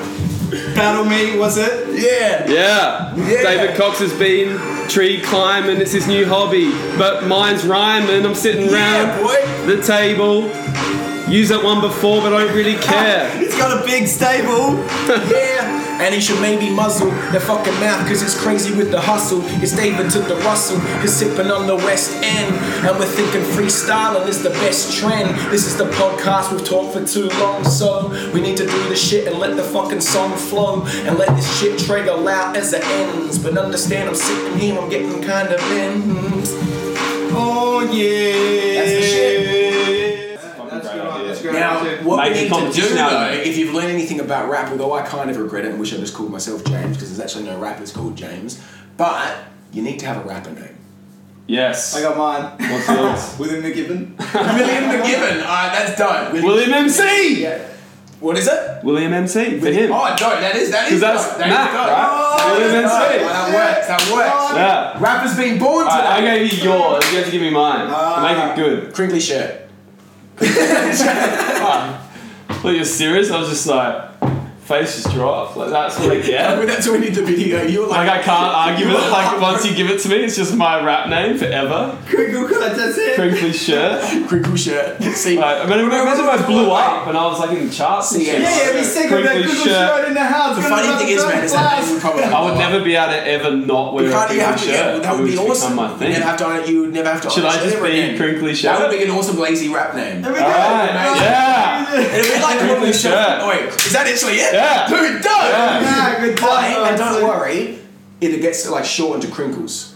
Speaker 2: battle me, was it?
Speaker 4: Yeah.
Speaker 1: Yeah. David Cox has been tree climbing. It's his new hobby, but mine's rhyming. I'm sitting round.
Speaker 4: Yeah, boy.
Speaker 1: the table. Use that one before, but I don't really care.
Speaker 2: It's got a big stable.
Speaker 4: Yeah. And he should maybe muzzle their fucking mouth, cause it's crazy with the hustle. It's David to the Russell, he's sipping on the West End. And we're thinking freestyling is the best trend. This is the podcast we've talked for too long, so we need to do the shit and let the fucking song flow. And let this shit trigger loud as it ends. But understand, I'm sitting here, I'm getting kind of in.
Speaker 2: Oh yeah.
Speaker 4: That's the
Speaker 2: shit. That's good one, that's great
Speaker 3: Now,
Speaker 2: one, too.
Speaker 3: what
Speaker 1: Make
Speaker 3: we
Speaker 1: the
Speaker 3: need to do
Speaker 1: competition
Speaker 3: though,
Speaker 1: out of it.
Speaker 3: if you've learned anything about rap, although I kind of regret it and wish I just called myself James because there's actually no rappers called James, but you need to have a rapper name.
Speaker 1: Yes.
Speaker 2: I got mine.
Speaker 1: What's yours?
Speaker 2: William McGibbon.
Speaker 3: William McGibbon. Alright, that's done.
Speaker 1: William MC.
Speaker 3: What is it?
Speaker 1: William MC for him.
Speaker 3: Oh, no, that is that
Speaker 1: Because
Speaker 3: is
Speaker 1: that's
Speaker 3: done. That is
Speaker 1: Matt,
Speaker 3: done.
Speaker 1: right?
Speaker 3: Oh,
Speaker 1: William
Speaker 3: that's done.
Speaker 1: MC.
Speaker 3: That works. That works.
Speaker 1: Yeah.
Speaker 3: Rappers being born
Speaker 1: Alright,
Speaker 3: today.
Speaker 1: I gave you yours. You have to give me mine. Make it good.
Speaker 3: Crinkly shirt.
Speaker 1: Well, you're serious. I was just like, face just dropped. Like that's what I
Speaker 3: I
Speaker 1: get.
Speaker 3: mean, that's when we did the video. You were
Speaker 1: Like
Speaker 3: like,
Speaker 1: I can't argue with it. Like once you give it to me, it's just my rap name forever.
Speaker 2: Crinkle cut. That's it.
Speaker 1: Crinkly shirt.
Speaker 3: crinkle shirt. See,
Speaker 1: Like, I mean, imagine if I blew up and I was like in the charts. and shit.
Speaker 2: Yeah, every single
Speaker 1: Crinkly
Speaker 2: day, Google
Speaker 1: shirt.
Speaker 2: shirt in the house.
Speaker 3: the funny thing is, man, is that you probably
Speaker 1: I would never be able to ever not wear
Speaker 3: You
Speaker 1: a
Speaker 3: can't even have
Speaker 1: crinkly
Speaker 3: to. Yeah,
Speaker 1: shirt.
Speaker 3: that
Speaker 1: It
Speaker 3: would be
Speaker 1: just become
Speaker 3: awesome.
Speaker 1: My thing.
Speaker 3: You'd have to. You would never have to.
Speaker 1: Should I
Speaker 3: own a
Speaker 1: just
Speaker 3: shirt
Speaker 1: be
Speaker 3: again.
Speaker 1: crinkly
Speaker 3: That
Speaker 1: shirt?
Speaker 3: would be an awesome lazy rap name.
Speaker 2: Every
Speaker 3: It'd
Speaker 2: day.
Speaker 1: Alright, yeah.
Speaker 3: be like
Speaker 1: Crinkly
Speaker 3: crinkly shirt.
Speaker 1: shirt.
Speaker 3: Oh, wait, is that actually it?
Speaker 1: Yeah.
Speaker 3: Dude, do
Speaker 2: Yeah, good
Speaker 3: But
Speaker 2: time.
Speaker 3: and don't worry, it gets like shortened to crinkles.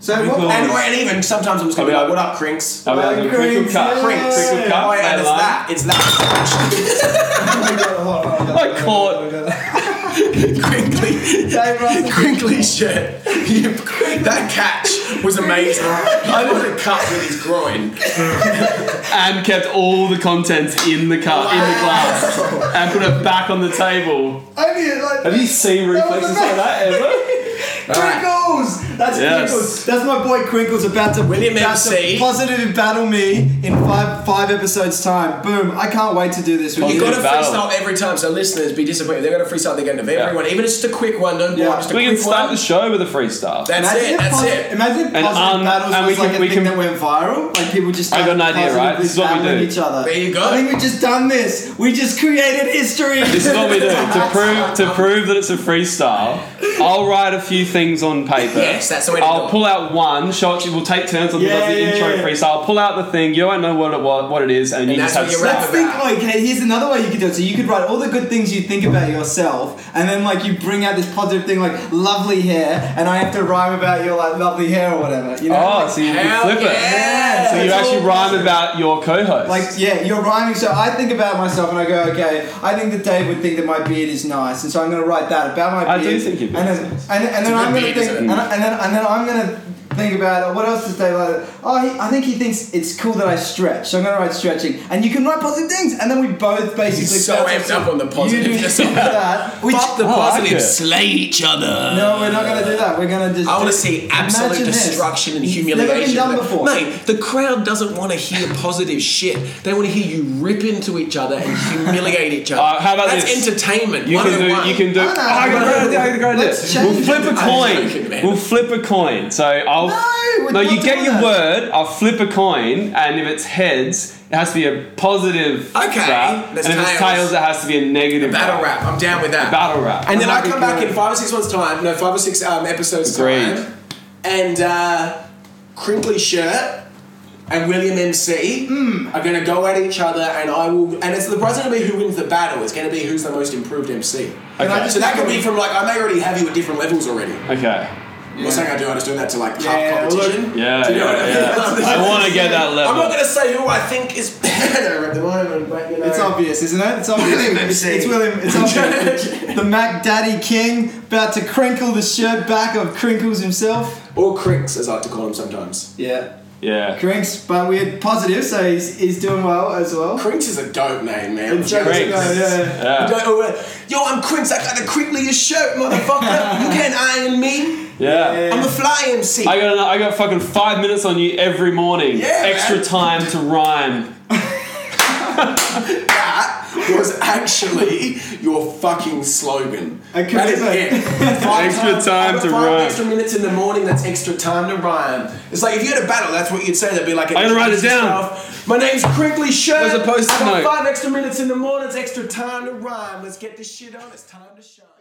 Speaker 2: So what?
Speaker 1: Crinkle.
Speaker 3: And, and even sometimes I'm just gonna be
Speaker 1: Oh, yeah.
Speaker 3: like, "What up, crinks?"
Speaker 1: That would have a crinkle
Speaker 2: Crinkly
Speaker 1: cut.
Speaker 2: shirt.
Speaker 1: Crinkle
Speaker 2: Crinkly
Speaker 1: cut.
Speaker 3: Oh, yeah, and
Speaker 1: they
Speaker 3: it's
Speaker 1: lie.
Speaker 3: that. It's that.
Speaker 1: I caught.
Speaker 3: crinkly.
Speaker 2: Dave Russell.
Speaker 3: crinkly shit. You- that catch was amazing. I was a cut with his groin.
Speaker 1: And kept all the contents in the cut, in the glass, and put it back on the table.
Speaker 2: I mean, like,
Speaker 1: Have you seen
Speaker 2: was
Speaker 1: reflexes like that ever?
Speaker 3: right.
Speaker 2: Crinkles! That's
Speaker 1: Yes.
Speaker 2: Crinkles. That's my boy Crinkles about to,
Speaker 3: William
Speaker 2: about
Speaker 3: MC.
Speaker 2: to positive battle me in five five episodes time. Boom! I can't wait to do this with
Speaker 3: You
Speaker 2: you.
Speaker 1: Positive
Speaker 3: got to
Speaker 1: battle.
Speaker 3: freestyle every time, so listeners be disappointed. They're going to freestyle. They're going to give everyone, even if it's just a quick one. Don't
Speaker 2: Yeah.
Speaker 3: yeah. just a
Speaker 1: We
Speaker 3: quick
Speaker 1: can start
Speaker 3: one.
Speaker 1: the show with a freestyle.
Speaker 3: that's
Speaker 2: Imagine
Speaker 3: it.
Speaker 2: if
Speaker 3: That's
Speaker 2: posi-
Speaker 3: it.
Speaker 2: Imagine if
Speaker 1: And,
Speaker 2: positive
Speaker 1: um,
Speaker 2: battles
Speaker 1: and we
Speaker 2: was
Speaker 1: can-
Speaker 2: like a
Speaker 1: we
Speaker 2: thing
Speaker 1: can-
Speaker 2: that went viral. Like people just
Speaker 1: I got an
Speaker 2: started
Speaker 1: idea, right?
Speaker 2: positively
Speaker 1: This is what we
Speaker 2: battling
Speaker 1: do.
Speaker 2: each other.
Speaker 3: There you go.
Speaker 2: I think we've just done this. We just created history.
Speaker 1: This is what we do to prove to prove that it's a freestyle. I'll write a few things on paper.
Speaker 3: Yes, that's the way to do
Speaker 1: I'll
Speaker 3: it.
Speaker 1: pull out one. Show it to you. We'll take turns on who
Speaker 2: Yeah,
Speaker 1: does the
Speaker 2: yeah,
Speaker 1: intro
Speaker 2: yeah.
Speaker 1: freestyle. I'll pull out the thing. You won't know what it what, what it is, and, you
Speaker 3: that's
Speaker 1: just have
Speaker 3: what you
Speaker 1: to-
Speaker 3: rap
Speaker 2: Let's think. Okay, here's another way you could do it. So you could write all the good things you think about yourself, and then like you bring out this positive thing like lovely hair, and I have to rhyme about your like lovely hair or whatever. You know?
Speaker 1: Oh,
Speaker 2: Like-
Speaker 1: so you can
Speaker 3: Hell
Speaker 1: flip
Speaker 3: yeah.
Speaker 1: it. So you
Speaker 2: It's
Speaker 1: actually
Speaker 2: all
Speaker 1: rhyme about your co-host.
Speaker 2: Like yeah, you're rhyming. So I think about myself, and I go, okay, I think that Dave would think that my beard is nice, and so I'm going to write that about my
Speaker 1: I
Speaker 2: beard.
Speaker 1: do think your
Speaker 2: and
Speaker 1: beard
Speaker 2: then,
Speaker 1: is nice.
Speaker 2: and, and
Speaker 3: a
Speaker 2: then
Speaker 3: good
Speaker 2: I'm going to
Speaker 3: beard,
Speaker 2: think,
Speaker 3: isn't
Speaker 2: and,
Speaker 3: it?
Speaker 2: and then and then I'm going to think about what else does Dave like. Oh, he, I think he thinks it's cool that I stretch, so I'm going to write stretching, and you can write positive things, and then we both basically
Speaker 3: He's so
Speaker 2: bounce
Speaker 3: amped up on the
Speaker 2: You do
Speaker 3: positiveness.
Speaker 2: that. Which,
Speaker 3: Fuck the
Speaker 1: I like
Speaker 3: positive.
Speaker 1: it.
Speaker 3: slay each other.
Speaker 2: no, we're not going to do that. We're going to just.
Speaker 3: I want
Speaker 2: do-
Speaker 3: to see absolute
Speaker 2: Imagine this.
Speaker 3: destruction and
Speaker 2: It's
Speaker 3: humiliation.
Speaker 2: Never been done before.
Speaker 3: Mate, the crowd doesn't want to hear positive shit. They want to hear you rip into each other and humiliate each other.
Speaker 1: Uh, how about
Speaker 3: That's
Speaker 1: this?
Speaker 3: entertainment.
Speaker 1: You can, do,
Speaker 3: 101.
Speaker 1: you can do.
Speaker 2: I know.
Speaker 1: Oh, I got a great idea, I got a great idea.
Speaker 2: Let's
Speaker 1: We'll
Speaker 2: change
Speaker 1: flip a
Speaker 2: it.
Speaker 3: I'm joking,
Speaker 1: coin.
Speaker 3: man.
Speaker 1: We'll flip a coin. So I'll.
Speaker 2: No, we're
Speaker 1: no
Speaker 2: not
Speaker 1: you get
Speaker 2: doing
Speaker 1: your
Speaker 2: that.
Speaker 1: word. I'll flip a coin, and if it's heads, it has to be a positive
Speaker 3: Okay,
Speaker 1: rap, and if
Speaker 3: there's
Speaker 1: it's
Speaker 3: tails.
Speaker 1: tails, it has to be a negative
Speaker 3: Battle rap. I'm down with that.
Speaker 1: Battle rap.
Speaker 3: And then I
Speaker 2: That'd be
Speaker 3: come back
Speaker 2: good.
Speaker 3: in five or six months' time, no, five or six um, episodes'
Speaker 1: Agreed.
Speaker 3: time, and uh, Crinkly Shirt and William MC
Speaker 2: Hmm.
Speaker 3: are going to go at each other, and I will. And it's the prize going to be who wins the battle. It's going to be who's the most improved MC.
Speaker 2: Can I
Speaker 1: Okay.
Speaker 2: just-
Speaker 3: So that could be from like I may already have you at different levels already.
Speaker 1: Okay.
Speaker 3: I'm not saying I do. I just do that to like
Speaker 2: Yeah,
Speaker 3: half competition.
Speaker 1: Yeah,
Speaker 3: do you know
Speaker 1: yeah,
Speaker 3: what I mean?
Speaker 1: yeah.
Speaker 3: That's the-
Speaker 1: I want to get that level.
Speaker 3: I'm not going to say who I think is better at the moment, but you know.
Speaker 2: It's obvious, isn't it? It's obvious.
Speaker 3: William
Speaker 2: it's,
Speaker 3: MC.
Speaker 2: it's William. It's obvious. the Mac Daddy King about to crinkle the shirt back of Crinkles himself.
Speaker 3: Or Crinks, as I like to call him sometimes.
Speaker 2: Yeah,
Speaker 1: yeah.
Speaker 2: Crinks, but we're positive, so he's, he's doing well as well.
Speaker 3: Crinks is a dope name, man.
Speaker 2: It's Crinks.
Speaker 1: Crinks.
Speaker 2: Yeah, yeah.
Speaker 1: Yeah.
Speaker 3: You don't know where- Yo, I'm Crinks. I got the crinkliest shirt, motherfucker. you can't iron me.
Speaker 1: Yeah.
Speaker 3: I'm a fly MC.
Speaker 1: I got, I got fucking five minutes on you every morning.
Speaker 3: Yeah,
Speaker 1: Extra
Speaker 3: man.
Speaker 1: time to rhyme.
Speaker 3: that was actually your fucking slogan.
Speaker 2: A
Speaker 3: That is
Speaker 2: commitment.
Speaker 3: it. Five
Speaker 1: Extra
Speaker 3: times-
Speaker 1: time
Speaker 3: five-
Speaker 1: to
Speaker 3: five
Speaker 1: rhyme.
Speaker 3: Extra minutes in the morning. That's extra time to rhyme. It's like if you had a battle, that's what you'd say. They'd be like,
Speaker 1: I'm gonna write it down.
Speaker 3: My name's Crinkly Shirt.
Speaker 1: Where's the post-it
Speaker 3: I got
Speaker 1: note?
Speaker 3: Five extra minutes in the morning. It's extra time to rhyme. Let's get this shit on. It's time to shine.